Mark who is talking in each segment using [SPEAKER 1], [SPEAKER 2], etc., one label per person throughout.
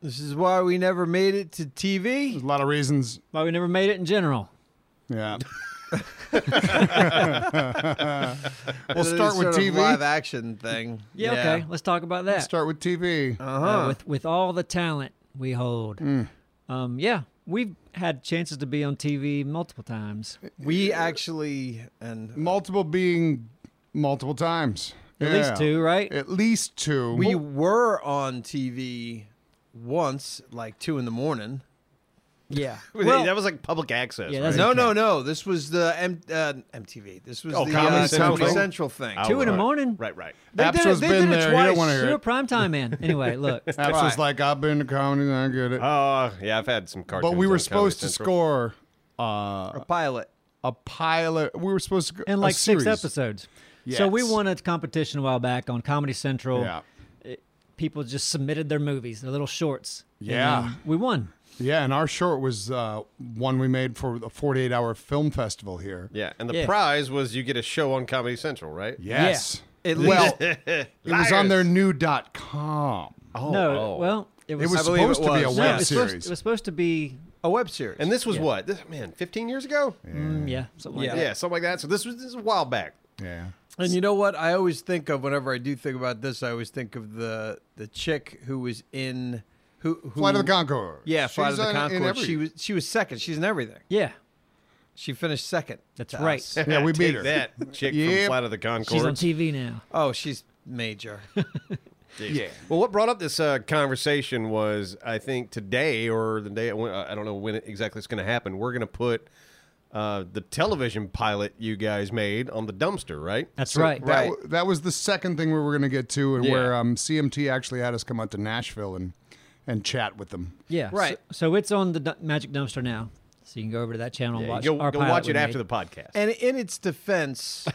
[SPEAKER 1] This is why we never made it to
[SPEAKER 2] There's
[SPEAKER 1] TV.
[SPEAKER 2] a lot of reasons.
[SPEAKER 3] Why we never made it in general.
[SPEAKER 2] Yeah.
[SPEAKER 1] We'll
[SPEAKER 2] start with TV.
[SPEAKER 1] live action thing.
[SPEAKER 3] Yeah, okay. Let's talk about that.
[SPEAKER 2] Start with TV.
[SPEAKER 3] Uh, with with all the talent we hold.
[SPEAKER 2] Mm.
[SPEAKER 3] Um, yeah, we've had chances to be on TV multiple times.
[SPEAKER 1] We actually and
[SPEAKER 2] multiple being multiple times.
[SPEAKER 3] At least two, right?
[SPEAKER 2] At least two.
[SPEAKER 1] we were on TV once, like two in the morning.
[SPEAKER 3] Yeah.
[SPEAKER 4] Well, that was like public access.
[SPEAKER 3] Yeah,
[SPEAKER 4] right?
[SPEAKER 3] that's-
[SPEAKER 1] No, no, no. This was the M- uh, MTV. This was
[SPEAKER 4] Oh,
[SPEAKER 1] the
[SPEAKER 2] Comedy
[SPEAKER 1] uh,
[SPEAKER 2] Central.
[SPEAKER 1] Comedy Central thing.
[SPEAKER 4] Oh,
[SPEAKER 3] Two in the
[SPEAKER 4] right.
[SPEAKER 3] morning?
[SPEAKER 4] Right, right.
[SPEAKER 2] Apps has been there. You don't wanna hear
[SPEAKER 3] You're a
[SPEAKER 2] it.
[SPEAKER 3] prime time man. Anyway, look.
[SPEAKER 2] That's
[SPEAKER 1] Right.
[SPEAKER 2] just like I've been to comedy. I get it.
[SPEAKER 4] Oh, yeah, I've had some cartoons.
[SPEAKER 2] but we were
[SPEAKER 4] on Comedy
[SPEAKER 2] supposed to
[SPEAKER 4] Central.
[SPEAKER 2] score uh,
[SPEAKER 1] A pilot.
[SPEAKER 2] a pilot. We were supposed to
[SPEAKER 3] And
[SPEAKER 2] a
[SPEAKER 3] like six
[SPEAKER 2] series.
[SPEAKER 3] episodes. So we
[SPEAKER 2] Yes.
[SPEAKER 3] won a competition a while back on Comedy Central.
[SPEAKER 2] Yeah.
[SPEAKER 3] People just submitted their movies, their little shorts. and,
[SPEAKER 2] Yeah.
[SPEAKER 3] um, we won.
[SPEAKER 2] Yeah, and our short was uh, one we made for the 48 hour film festival here.
[SPEAKER 4] Yeah, and the
[SPEAKER 3] Yeah.
[SPEAKER 4] prize was you get a show on Comedy Central, right?
[SPEAKER 2] Yes.
[SPEAKER 1] At
[SPEAKER 2] Well,
[SPEAKER 1] least-
[SPEAKER 2] it was on their new dot com.
[SPEAKER 4] Oh,
[SPEAKER 3] no,
[SPEAKER 4] oh.
[SPEAKER 3] well, it was,
[SPEAKER 2] It was
[SPEAKER 1] I believe it
[SPEAKER 2] supposed to be a
[SPEAKER 1] was.
[SPEAKER 3] no, it
[SPEAKER 2] web
[SPEAKER 3] was supposed-
[SPEAKER 2] series.
[SPEAKER 3] it was supposed to be,
[SPEAKER 1] A web series.
[SPEAKER 4] And this was what? This, man, 15 years ago?
[SPEAKER 3] mm, yeah, something like
[SPEAKER 1] Yeah.
[SPEAKER 3] that.
[SPEAKER 4] Yeah, something like that. So this was this is a while back.
[SPEAKER 2] yeah.
[SPEAKER 1] And you know what? I always think of whenever I do think about this. I always think of the the chick who was in who, who
[SPEAKER 2] Flight of the uh, Concord.
[SPEAKER 1] Yeah, Flight of the Concord.
[SPEAKER 2] Concord.
[SPEAKER 1] She was she was second. She's in everything.
[SPEAKER 3] Yeah.
[SPEAKER 1] She finished second.
[SPEAKER 3] That's
[SPEAKER 1] to
[SPEAKER 3] right.
[SPEAKER 1] us.
[SPEAKER 2] Yeah, we
[SPEAKER 4] Take
[SPEAKER 2] beat her.
[SPEAKER 4] That chick
[SPEAKER 2] Yep.
[SPEAKER 4] from Flight of the Concord.
[SPEAKER 3] She's on TV now.
[SPEAKER 1] Oh, she's major.
[SPEAKER 2] yeah.
[SPEAKER 4] Well, what brought up this uh, conversation was, I think today or the day I don't know when exactly it's going to happen. We're going to put uh, the television pilot you guys made on the dumpster, right?
[SPEAKER 3] That's
[SPEAKER 2] So
[SPEAKER 3] right.
[SPEAKER 2] That, w- that was the second thing we were going to get to, and
[SPEAKER 4] Yeah.
[SPEAKER 2] where um, CMT actually had us come out to Nashville and and chat with them.
[SPEAKER 3] Yeah.
[SPEAKER 1] Right.
[SPEAKER 3] So, so it's on the du- Magic Dumpster now. So you can go over to that channel and
[SPEAKER 4] Yeah,
[SPEAKER 3] watch
[SPEAKER 4] you go
[SPEAKER 3] our
[SPEAKER 4] go
[SPEAKER 3] pilot
[SPEAKER 4] watch
[SPEAKER 3] we
[SPEAKER 4] it after
[SPEAKER 3] made.
[SPEAKER 4] the podcast.
[SPEAKER 1] and in its defense,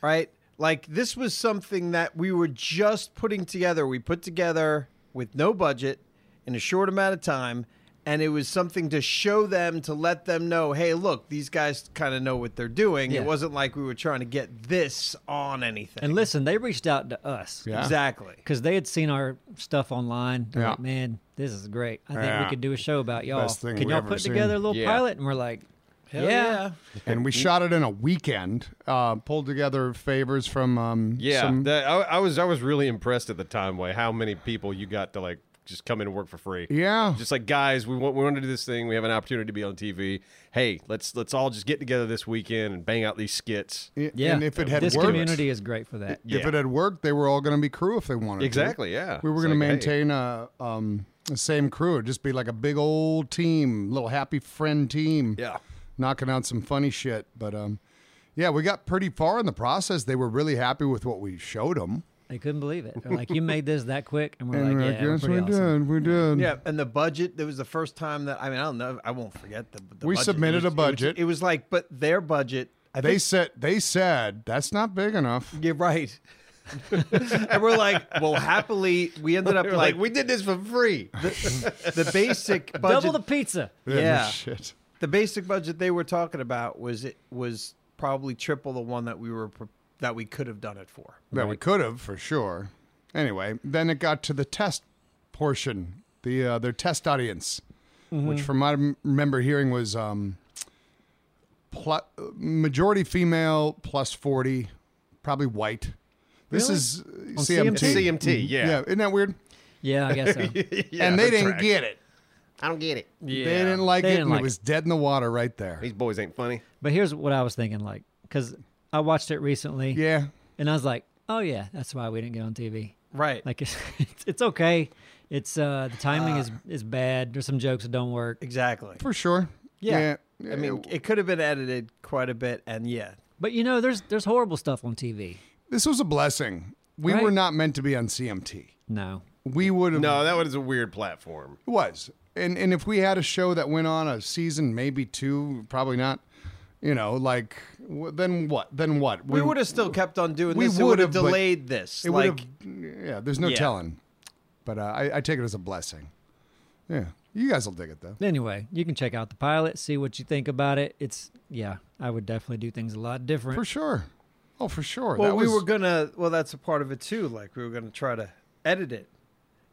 [SPEAKER 1] right? Like this was something that we were just putting together. We put together with no budget in a short amount of time. And it was something to show them to let them know, hey, look, these guys kind of know what they're doing.
[SPEAKER 3] Yeah.
[SPEAKER 1] It wasn't like we were trying to get this on anything.
[SPEAKER 3] And listen, they reached out to us
[SPEAKER 2] Yeah.
[SPEAKER 1] exactly.
[SPEAKER 3] because they had seen our stuff online. They're
[SPEAKER 2] Yeah.
[SPEAKER 3] like, man, this is great. I think
[SPEAKER 2] Yeah.
[SPEAKER 3] we could do a show about y'all.
[SPEAKER 2] Best thing
[SPEAKER 3] Can
[SPEAKER 2] we
[SPEAKER 3] y'all
[SPEAKER 2] ever
[SPEAKER 3] put
[SPEAKER 2] seen.
[SPEAKER 3] together a little
[SPEAKER 4] Yeah.
[SPEAKER 3] pilot? And we're like,
[SPEAKER 1] Hell
[SPEAKER 3] yeah.
[SPEAKER 2] And we
[SPEAKER 4] Mm.
[SPEAKER 2] shot it in a weekend, uh, pulled together favors from um,
[SPEAKER 4] yeah,
[SPEAKER 2] some-
[SPEAKER 4] that- I, I was I was really impressed at the time way how many people you got to like just come in and work for free.
[SPEAKER 2] yeah,
[SPEAKER 4] Just like guys, we want we want to do this thing. We have an opportunity to be on TV. Hey, let's let's all just get together this weekend and bang out these skits.
[SPEAKER 2] I-
[SPEAKER 3] Yeah.
[SPEAKER 2] And if it had
[SPEAKER 3] this
[SPEAKER 2] worked,
[SPEAKER 3] community is great for that.
[SPEAKER 2] if
[SPEAKER 4] Yeah.
[SPEAKER 2] it had worked, they were all going to be crew if they wanted. to.
[SPEAKER 4] Exactly, yeah.
[SPEAKER 2] we were
[SPEAKER 4] It's
[SPEAKER 2] going
[SPEAKER 4] like, hey.
[SPEAKER 2] to maintain a um, the same crew. It'd just be like a big old team, little happy friend team.
[SPEAKER 4] Yeah.
[SPEAKER 2] knocking out some funny shit. But um, yeah, we got pretty far in the process. They were really happy with what we showed them.
[SPEAKER 3] They couldn't believe it. They're like, you made this that quick, and we're
[SPEAKER 2] And
[SPEAKER 3] like,
[SPEAKER 2] we're
[SPEAKER 3] yeah, we're
[SPEAKER 2] yes, we
[SPEAKER 3] pretty awesome.
[SPEAKER 2] did, we did.
[SPEAKER 1] Yeah, and the budget. That was the first time that I mean I don't know I won't forget the. the
[SPEAKER 2] We
[SPEAKER 1] budget.
[SPEAKER 2] submitted
[SPEAKER 1] It was-
[SPEAKER 2] a budget.
[SPEAKER 1] It was, it was like, but their budget. I
[SPEAKER 2] They
[SPEAKER 1] think
[SPEAKER 2] said they said that's not big enough.
[SPEAKER 1] you're right. and we're like, well, happily we ended up
[SPEAKER 4] They were
[SPEAKER 1] like,
[SPEAKER 4] like we did this for free.
[SPEAKER 1] the basic budget.
[SPEAKER 3] Double the pizza.
[SPEAKER 1] yeah,
[SPEAKER 2] shit.
[SPEAKER 1] the basic budget they were talking about was it was probably triple the one that we were pro- that we could have done it for.
[SPEAKER 2] That we could have for sure. Anyway, then it got to the test portion, the uh, their test audience,
[SPEAKER 1] Mm-hmm.
[SPEAKER 2] which from what I m- remember hearing was um, pl- majority female plus forty, probably white. This
[SPEAKER 3] Really?
[SPEAKER 2] is uh,
[SPEAKER 3] On
[SPEAKER 2] CMT.
[SPEAKER 4] CMT, yeah.
[SPEAKER 2] yeah, isn't that weird?
[SPEAKER 3] Yeah, I guess so.
[SPEAKER 4] Yeah,
[SPEAKER 2] Mm-hmm. and they
[SPEAKER 4] that
[SPEAKER 2] didn't
[SPEAKER 4] tracks.
[SPEAKER 2] get it.
[SPEAKER 4] I don't get it.
[SPEAKER 1] Yeah,
[SPEAKER 2] They didn't like
[SPEAKER 3] They
[SPEAKER 2] it,
[SPEAKER 3] didn't
[SPEAKER 2] and
[SPEAKER 3] like
[SPEAKER 2] it was dead in the water right there.
[SPEAKER 4] These boys ain't funny.
[SPEAKER 3] but here's what I was thinking, like, because I watched it recently,
[SPEAKER 2] Yeah,
[SPEAKER 3] and I was like, oh yeah, that's why we didn't get on TV.
[SPEAKER 1] right.
[SPEAKER 3] Like it's it's, it's okay. It's uh the timing is is bad. There's some jokes that don't work.
[SPEAKER 1] exactly.
[SPEAKER 2] for sure.
[SPEAKER 1] Yeah.
[SPEAKER 2] Yeah, Uh,
[SPEAKER 1] I mean, it could have been edited quite a bit, and yeah,
[SPEAKER 3] But you know, there's there's horrible stuff on TV.
[SPEAKER 2] this was a blessing. We
[SPEAKER 3] Right.
[SPEAKER 2] were not meant to be on CMT.
[SPEAKER 3] No.
[SPEAKER 2] We would have.
[SPEAKER 4] No, that was a weird platform.
[SPEAKER 2] It was. And and if we had a show that went on a season, maybe two, probably not. You know, like w- then what? Then what?
[SPEAKER 1] we would have still kept on doing
[SPEAKER 2] we
[SPEAKER 1] this. It would have
[SPEAKER 2] would've, but
[SPEAKER 1] delayed this.
[SPEAKER 2] It
[SPEAKER 1] like,
[SPEAKER 2] would have. Yeah. There's no
[SPEAKER 1] Yeah.
[SPEAKER 2] telling. But uh, I, I take it as a blessing. Yeah. You guys will dig it though.
[SPEAKER 3] Anyway, you can check out the pilot, see what you think about it. It's yeah, I would definitely do things a lot different.
[SPEAKER 2] For sure. Oh, for sure.
[SPEAKER 1] Well,
[SPEAKER 2] That
[SPEAKER 1] we
[SPEAKER 2] was-
[SPEAKER 1] were gonna. Well, that's a part of it too. Like we were gonna try to edit it,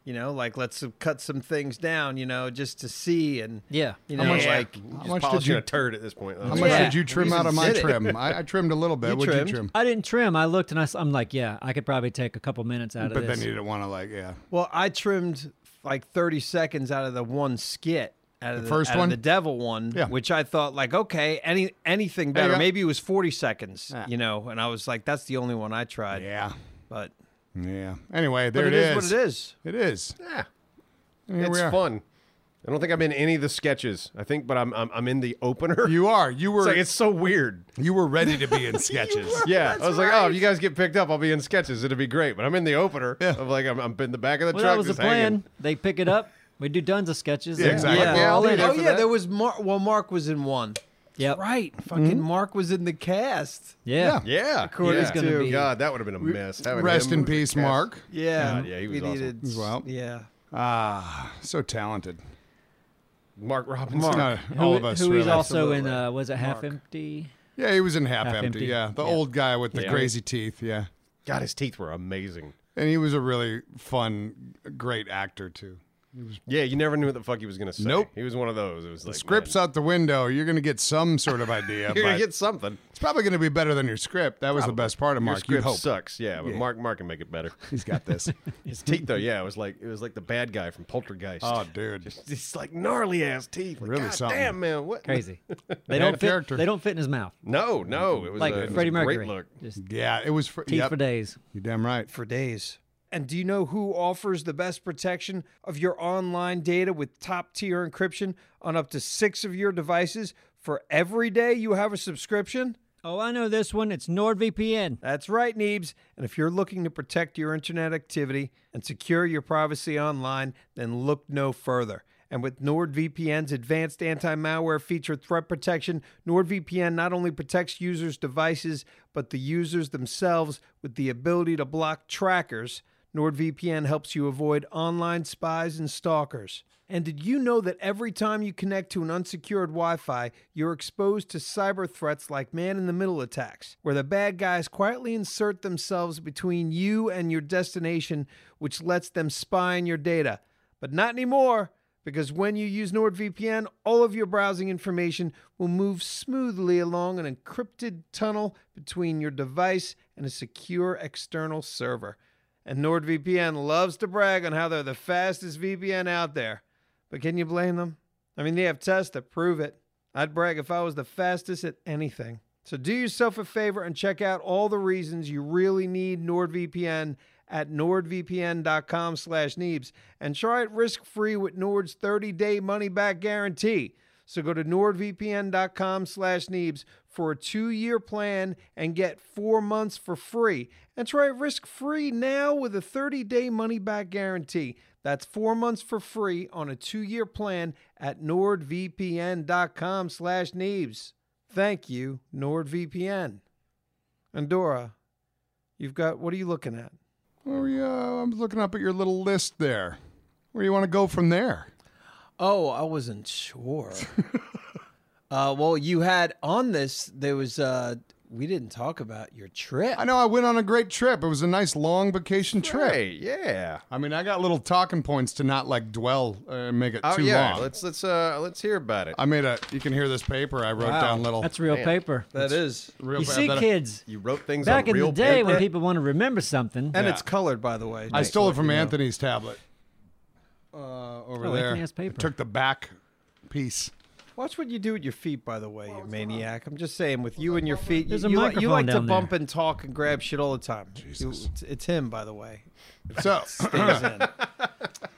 [SPEAKER 1] You know, like let's cut some things down. You know, just to see and
[SPEAKER 3] Yeah.
[SPEAKER 1] you
[SPEAKER 4] How
[SPEAKER 1] know,
[SPEAKER 4] much,
[SPEAKER 1] like
[SPEAKER 4] like
[SPEAKER 2] How
[SPEAKER 4] just
[SPEAKER 2] much did
[SPEAKER 4] polishing
[SPEAKER 2] you-
[SPEAKER 4] a turd at this point.
[SPEAKER 2] How much
[SPEAKER 3] Yeah.
[SPEAKER 2] did you trim
[SPEAKER 1] We
[SPEAKER 2] out of my
[SPEAKER 1] did it.
[SPEAKER 2] trim? I, I trimmed a little bit.
[SPEAKER 1] You
[SPEAKER 2] What'd
[SPEAKER 1] trimmed.
[SPEAKER 2] you trim?
[SPEAKER 3] I didn't trim. I looked and I, am like, yeah, I could probably take a couple minutes out of
[SPEAKER 2] But
[SPEAKER 3] this.
[SPEAKER 2] then you didn't want to like, yeah.
[SPEAKER 1] Well, I trimmed like 30 seconds out of the one skit. Out of the,
[SPEAKER 2] first
[SPEAKER 1] out of
[SPEAKER 2] one?
[SPEAKER 1] the devil one,
[SPEAKER 2] Yeah.
[SPEAKER 1] which I thought like okay, any anything
[SPEAKER 2] you
[SPEAKER 1] better.
[SPEAKER 2] go.
[SPEAKER 1] Maybe it was forty seconds, you know, and I was like, that's the only one I tried.
[SPEAKER 2] Yeah.
[SPEAKER 1] But,
[SPEAKER 2] Yeah. Anyway,
[SPEAKER 1] but
[SPEAKER 2] there
[SPEAKER 1] it is, what it is.
[SPEAKER 2] It is.
[SPEAKER 4] Yeah,
[SPEAKER 2] And here we
[SPEAKER 4] it's
[SPEAKER 2] are.
[SPEAKER 4] fun. I don't think I'm in any of the sketches. I think, but I'm I'm, I'm in the opener.
[SPEAKER 2] You are. You were.
[SPEAKER 4] it's like it's so weird.
[SPEAKER 2] you were ready to be in sketches.
[SPEAKER 4] Yeah, I was like, oh, if you guys get picked up, I'll be in sketches. It'll be great. But I'm in the opener.
[SPEAKER 2] Yeah.
[SPEAKER 4] I'm like, I'm, I'm in the back of the
[SPEAKER 3] well,
[SPEAKER 4] truck.
[SPEAKER 3] that was the
[SPEAKER 4] just
[SPEAKER 3] plan.
[SPEAKER 4] hanging.
[SPEAKER 3] They pick it up. We do tons of sketches.
[SPEAKER 2] Yeah,
[SPEAKER 3] and
[SPEAKER 2] exactly.
[SPEAKER 3] we're
[SPEAKER 2] Yeah,
[SPEAKER 3] all
[SPEAKER 2] I'll
[SPEAKER 3] in.
[SPEAKER 2] do
[SPEAKER 1] Oh
[SPEAKER 2] for
[SPEAKER 1] yeah,
[SPEAKER 2] that.
[SPEAKER 1] there was Mark. Well, Mark was in one.
[SPEAKER 3] Yep.
[SPEAKER 1] Right, fucking Mark was in the cast.
[SPEAKER 3] Yeah.
[SPEAKER 4] Yeah,
[SPEAKER 1] According
[SPEAKER 4] yeah.
[SPEAKER 3] to- Be-
[SPEAKER 4] God, that would have been a mess. Having
[SPEAKER 2] Rest
[SPEAKER 4] him
[SPEAKER 2] in
[SPEAKER 4] with the
[SPEAKER 2] peace,
[SPEAKER 4] cast.
[SPEAKER 2] Mark.
[SPEAKER 1] Yeah,
[SPEAKER 4] God, yeah, he
[SPEAKER 1] we
[SPEAKER 4] was awesome.
[SPEAKER 1] needed-
[SPEAKER 2] As well.
[SPEAKER 1] Yeah,
[SPEAKER 2] Ah, so talented.
[SPEAKER 4] Mark Robinson.
[SPEAKER 2] No,
[SPEAKER 3] Who-
[SPEAKER 2] all of us.
[SPEAKER 3] Who
[SPEAKER 2] really.
[SPEAKER 3] is also in?
[SPEAKER 1] Absolutely.
[SPEAKER 3] Uh, was it half empty?
[SPEAKER 2] Yeah, he was in half,
[SPEAKER 3] Half
[SPEAKER 2] empty.
[SPEAKER 3] Empty.
[SPEAKER 2] Yeah, the
[SPEAKER 3] Yeah.
[SPEAKER 2] old guy with the
[SPEAKER 4] Yeah.
[SPEAKER 2] crazy teeth. Yeah,
[SPEAKER 4] God, his teeth were amazing.
[SPEAKER 2] and he was a really fun, great actor too.
[SPEAKER 4] Yeah, you never knew what the fuck he was gonna say.
[SPEAKER 2] Nope.
[SPEAKER 4] he was one of those. It was like
[SPEAKER 2] Scripts out the window. You're gonna get some sort of idea.
[SPEAKER 4] man, You're
[SPEAKER 2] but
[SPEAKER 4] gonna get something.
[SPEAKER 2] it's probably gonna be better than your script. That was the best part of
[SPEAKER 4] Your
[SPEAKER 2] Mark. You
[SPEAKER 4] script
[SPEAKER 2] hope
[SPEAKER 4] sucks. Yeah, but Mark Mark can make it better.
[SPEAKER 2] he's got this.
[SPEAKER 4] His teeth though, yeah, it was like it was like the bad guy from Poltergeist.
[SPEAKER 2] oh, dude.
[SPEAKER 4] It's like gnarly ass teeth. Like,
[SPEAKER 2] Really
[SPEAKER 4] God
[SPEAKER 2] something.
[SPEAKER 4] Damn man, what?
[SPEAKER 3] Crazy. They
[SPEAKER 2] had a
[SPEAKER 3] don't fit.
[SPEAKER 2] character.
[SPEAKER 3] They don't fit in his mouth.
[SPEAKER 4] No, no, it was
[SPEAKER 3] Like
[SPEAKER 4] a, it was a
[SPEAKER 3] Freddie Mercury.
[SPEAKER 4] Great look.
[SPEAKER 3] Just teeth
[SPEAKER 2] Yeah, it was. For, yep.
[SPEAKER 3] for days.
[SPEAKER 2] You're damn right.
[SPEAKER 1] for days. And do you know who offers the best protection of your online data with top tier encryption on up to six of your devices for every day you have a subscription?
[SPEAKER 3] Oh, I know this one. It's NordVPN.
[SPEAKER 1] That's right, Neebs. And if you're looking to protect your internet activity and secure your privacy online, then look no further. And with NordVPN's advanced anti malware feature threat protection, NordVPN not only protects users' devices, but the users themselves with the ability to block trackers. NordVPN helps you avoid online spies and stalkers. And did you know that every time you connect to an unsecured Wi Fi, you're exposed to cyber threats like man in the middle attacks, where the bad guys quietly insert themselves between you and your destination, which lets them spy on your data? But not anymore, because when you use NordVPN, all of your browsing information will move smoothly along an encrypted tunnel between your device and a secure external server. And NordVPN loves to brag on how they're the fastest VPN out there. But can you blame them? I mean, they have tests that prove it. I'd brag if I was the fastest at anything. So do yourself a favor and check out all the reasons you really need NordVPN at nordvpn.com slash Neebs and try it risk-free with Nord's 30-day money-back guarantee. So go to nordvpn.com slash Neebs for a two-year plan and get four months for free. And try it risk-free now with a 30-day money-back guarantee. That's four months for free on a two-year plan at nordvpn.com slash Neebs. Thank you, NordVPN. And Dora, you've got, what are you looking at?
[SPEAKER 2] Where we, uh, I'm looking up at your little list there. Where do you want to go from there?
[SPEAKER 1] Oh, I wasn't sure. uh, well, you had on this, there was, uh, we didn't talk about your trip.
[SPEAKER 2] I know I went on a great trip. It was a nice long vacation trip.
[SPEAKER 4] Hey, yeah.
[SPEAKER 2] I mean, I got little talking points to not like dwell uh, and make it
[SPEAKER 4] Oh
[SPEAKER 2] too
[SPEAKER 4] yeah.
[SPEAKER 2] long.
[SPEAKER 4] Let's let's uh let's hear about it.
[SPEAKER 2] I made a. You can hear this paper I wrote down. Little.
[SPEAKER 3] That's real paper.
[SPEAKER 1] That is.
[SPEAKER 2] real
[SPEAKER 3] You
[SPEAKER 2] bad
[SPEAKER 3] see,
[SPEAKER 2] that uh, I-
[SPEAKER 3] kids,
[SPEAKER 4] you wrote things
[SPEAKER 3] back
[SPEAKER 4] on
[SPEAKER 3] in
[SPEAKER 4] real
[SPEAKER 3] the day
[SPEAKER 4] paper.
[SPEAKER 3] when people want to remember something.
[SPEAKER 1] And
[SPEAKER 2] Yeah.
[SPEAKER 1] it's colored, by the way.
[SPEAKER 2] I
[SPEAKER 1] Nick,
[SPEAKER 2] stole it
[SPEAKER 1] like,
[SPEAKER 2] from
[SPEAKER 1] you know.
[SPEAKER 2] Anthony's tablet. Uh, over
[SPEAKER 3] Oh,
[SPEAKER 2] there.
[SPEAKER 3] Anthony has paper.
[SPEAKER 2] I took the back piece.
[SPEAKER 1] Watch what you do with your feet, by the way, you maniac. I'm just saying, with you and your feet,
[SPEAKER 3] There's
[SPEAKER 1] you,
[SPEAKER 3] a
[SPEAKER 1] you, like- you
[SPEAKER 3] microphone
[SPEAKER 1] like to
[SPEAKER 3] down there.
[SPEAKER 1] bump and talk and grab shit all the time. You- it's, it's him, by the way.
[SPEAKER 2] So,
[SPEAKER 1] Stays in.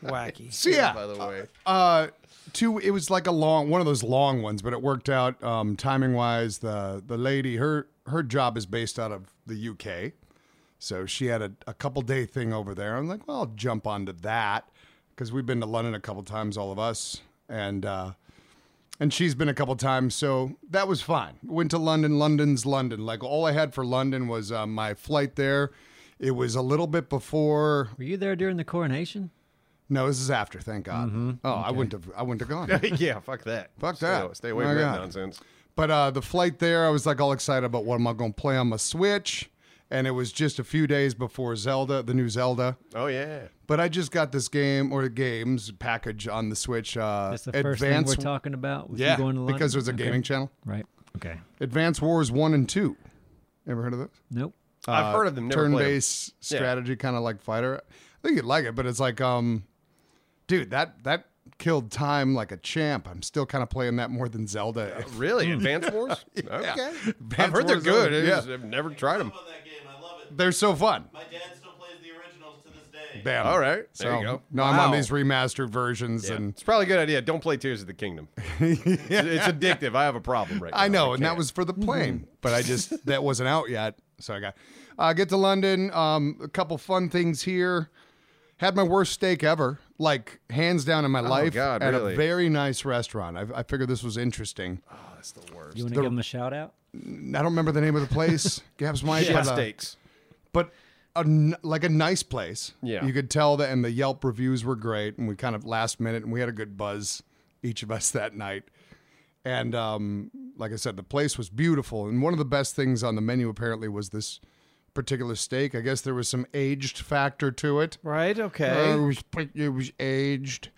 [SPEAKER 1] Wacky.
[SPEAKER 2] so yeah.
[SPEAKER 4] by the way.
[SPEAKER 2] uh two it was like a long one of those long ones but it worked out um timing wise the the lady her her job is based out of the uk so she had a, a couple day thing over there i'm like well i'll jump onto that because we've been to london a couple times all of us and uh and she's been a couple times so that was fine went to london london's london like all i had for london was uh, my flight there it was a little bit before
[SPEAKER 3] Were you there during the coronation?
[SPEAKER 2] no this is after thank god oh i wouldn't have i wouldn't have gone
[SPEAKER 4] yeah, fuck that.
[SPEAKER 2] Fuck
[SPEAKER 4] Stay-
[SPEAKER 2] that.
[SPEAKER 4] Stay away
[SPEAKER 2] My
[SPEAKER 4] from that
[SPEAKER 2] God.
[SPEAKER 4] nonsense.
[SPEAKER 2] But uh, the flight there, I was like all excited about what am I going to play on my Switch, and it was just a few days before Zelda, the new Zelda.
[SPEAKER 4] Oh yeah.
[SPEAKER 2] But I just got this game or games package on the Switch. Uh,
[SPEAKER 3] That's the first thing we're talking about. With
[SPEAKER 2] Yeah,
[SPEAKER 3] you going to London?
[SPEAKER 2] because there's a
[SPEAKER 3] Okay.
[SPEAKER 2] gaming channel.
[SPEAKER 3] Right. Okay.
[SPEAKER 2] Advance Wars One and Two. Ever heard of those?
[SPEAKER 3] Nope.
[SPEAKER 4] I've
[SPEAKER 2] Uh,
[SPEAKER 4] heard of them. Never played 'em.
[SPEAKER 2] turn-based
[SPEAKER 4] Yeah.
[SPEAKER 2] strategy, kind of like fighter. I think you'd like it, but it's like, um, dude, that that killed time like a champ. I'm still kind of playing that more than Zelda.
[SPEAKER 4] Really? Advance Wars? Okay. I've
[SPEAKER 2] Hmm. Advance
[SPEAKER 4] heard they're
[SPEAKER 2] Wars
[SPEAKER 4] good.
[SPEAKER 2] are-
[SPEAKER 4] I
[SPEAKER 2] yeah.
[SPEAKER 4] just- I've never tried them.
[SPEAKER 5] about that game. I love it.
[SPEAKER 2] They're so fun.
[SPEAKER 5] My dad still plays the originals to this day.
[SPEAKER 2] Bam.
[SPEAKER 4] All right. There
[SPEAKER 2] So
[SPEAKER 4] you go.
[SPEAKER 2] no, I'm on
[SPEAKER 4] Wow.
[SPEAKER 2] these remastered versions, and
[SPEAKER 4] It's probably a good idea. Don't play Tears of the Kingdom. It's, it's addictive. I have a problem right now.
[SPEAKER 2] I know, and that
[SPEAKER 4] can't.
[SPEAKER 2] was for the plane, but I just that wasn't out yet, so I got uh, get to London. Um, a couple fun things here. Had my worst steak ever, like hands down in my life,
[SPEAKER 4] Oh, God,
[SPEAKER 2] at
[SPEAKER 4] really?
[SPEAKER 2] a very nice restaurant. I, I figured this was interesting.
[SPEAKER 4] Oh, that's the worst.
[SPEAKER 3] You want to give him a shout out?
[SPEAKER 2] I don't remember the name of the place. Gab's my
[SPEAKER 4] Shit
[SPEAKER 2] but, uh,
[SPEAKER 4] steaks.
[SPEAKER 2] but a n- like a nice place.
[SPEAKER 4] Yeah.
[SPEAKER 2] you could tell that, and the Yelp reviews were great, and we kind of last minute, and we had a good buzz each of us that night. And um, like I said, the place was beautiful, and one of the best things on the menu apparently was this particular steak. I guess there was some aged factor to it.
[SPEAKER 1] Right? Okay.
[SPEAKER 2] Uh, It was it was aged.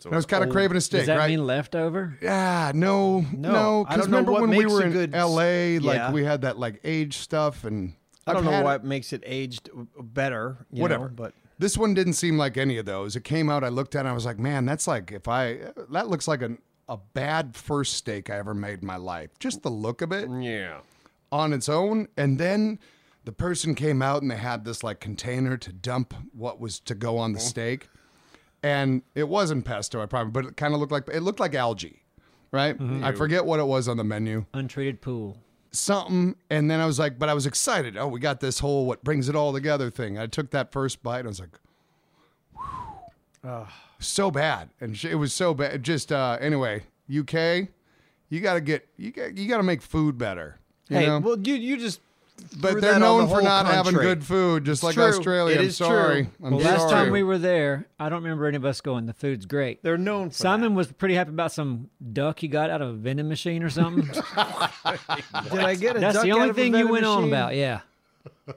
[SPEAKER 4] So
[SPEAKER 2] And I was kind of craving a steak,
[SPEAKER 3] Does that
[SPEAKER 2] right?
[SPEAKER 3] mean leftover?
[SPEAKER 2] Yeah, no,
[SPEAKER 1] No,
[SPEAKER 2] no.
[SPEAKER 1] I
[SPEAKER 2] Because
[SPEAKER 1] don't know
[SPEAKER 2] remember
[SPEAKER 1] what
[SPEAKER 2] when we
[SPEAKER 1] makes
[SPEAKER 2] were
[SPEAKER 1] a
[SPEAKER 2] in
[SPEAKER 1] good s-
[SPEAKER 2] LA,
[SPEAKER 1] Yeah.
[SPEAKER 2] like we had that like age stuff, and
[SPEAKER 1] I don't
[SPEAKER 2] I've
[SPEAKER 1] know
[SPEAKER 2] had
[SPEAKER 1] what
[SPEAKER 2] it.
[SPEAKER 1] makes it aged better. you
[SPEAKER 2] Whatever.
[SPEAKER 1] know, but
[SPEAKER 2] This one didn't seem like any of those. It came out, I looked at, it, and I was like, man, that's like if I that looks like an a bad first steak I ever made in my life. Just the look of it
[SPEAKER 4] Yeah.
[SPEAKER 2] on its own, and then. The person came out and they had this like container to dump what was to go on the steak, and it wasn't pesto, I probably, but it kind of looked like it looked like algae, right? I forget what it was on the menu
[SPEAKER 3] Untreated pool.
[SPEAKER 2] something and then I was like, but I was excited. Oh, we got this whole what brings it all together thing. I took that first bite and I was like, whew. so bad. And sh- it was so bad. Just uh anyway, UK, you got to get you got you got to make food better. You
[SPEAKER 1] hey,
[SPEAKER 2] know?
[SPEAKER 1] well, you you just
[SPEAKER 2] but
[SPEAKER 1] threw
[SPEAKER 2] they're
[SPEAKER 1] that on the
[SPEAKER 2] known for
[SPEAKER 1] whole
[SPEAKER 2] not having
[SPEAKER 1] country.
[SPEAKER 2] good food, just like
[SPEAKER 1] true.
[SPEAKER 2] Australia.
[SPEAKER 1] It
[SPEAKER 2] I'm
[SPEAKER 1] is true.
[SPEAKER 2] sorry. I'm
[SPEAKER 1] Well,
[SPEAKER 2] sorry.
[SPEAKER 3] Last time we were there, I don't remember any of us going. The food's great.
[SPEAKER 1] they're known. For
[SPEAKER 3] Simon was pretty happy about some duck he got out of a vending machine or something.
[SPEAKER 1] that. Did I get a
[SPEAKER 3] That's
[SPEAKER 1] duck
[SPEAKER 3] the
[SPEAKER 1] out
[SPEAKER 3] only
[SPEAKER 1] of a
[SPEAKER 3] thing you
[SPEAKER 1] vending
[SPEAKER 3] went on
[SPEAKER 1] machine?
[SPEAKER 3] about. Yeah.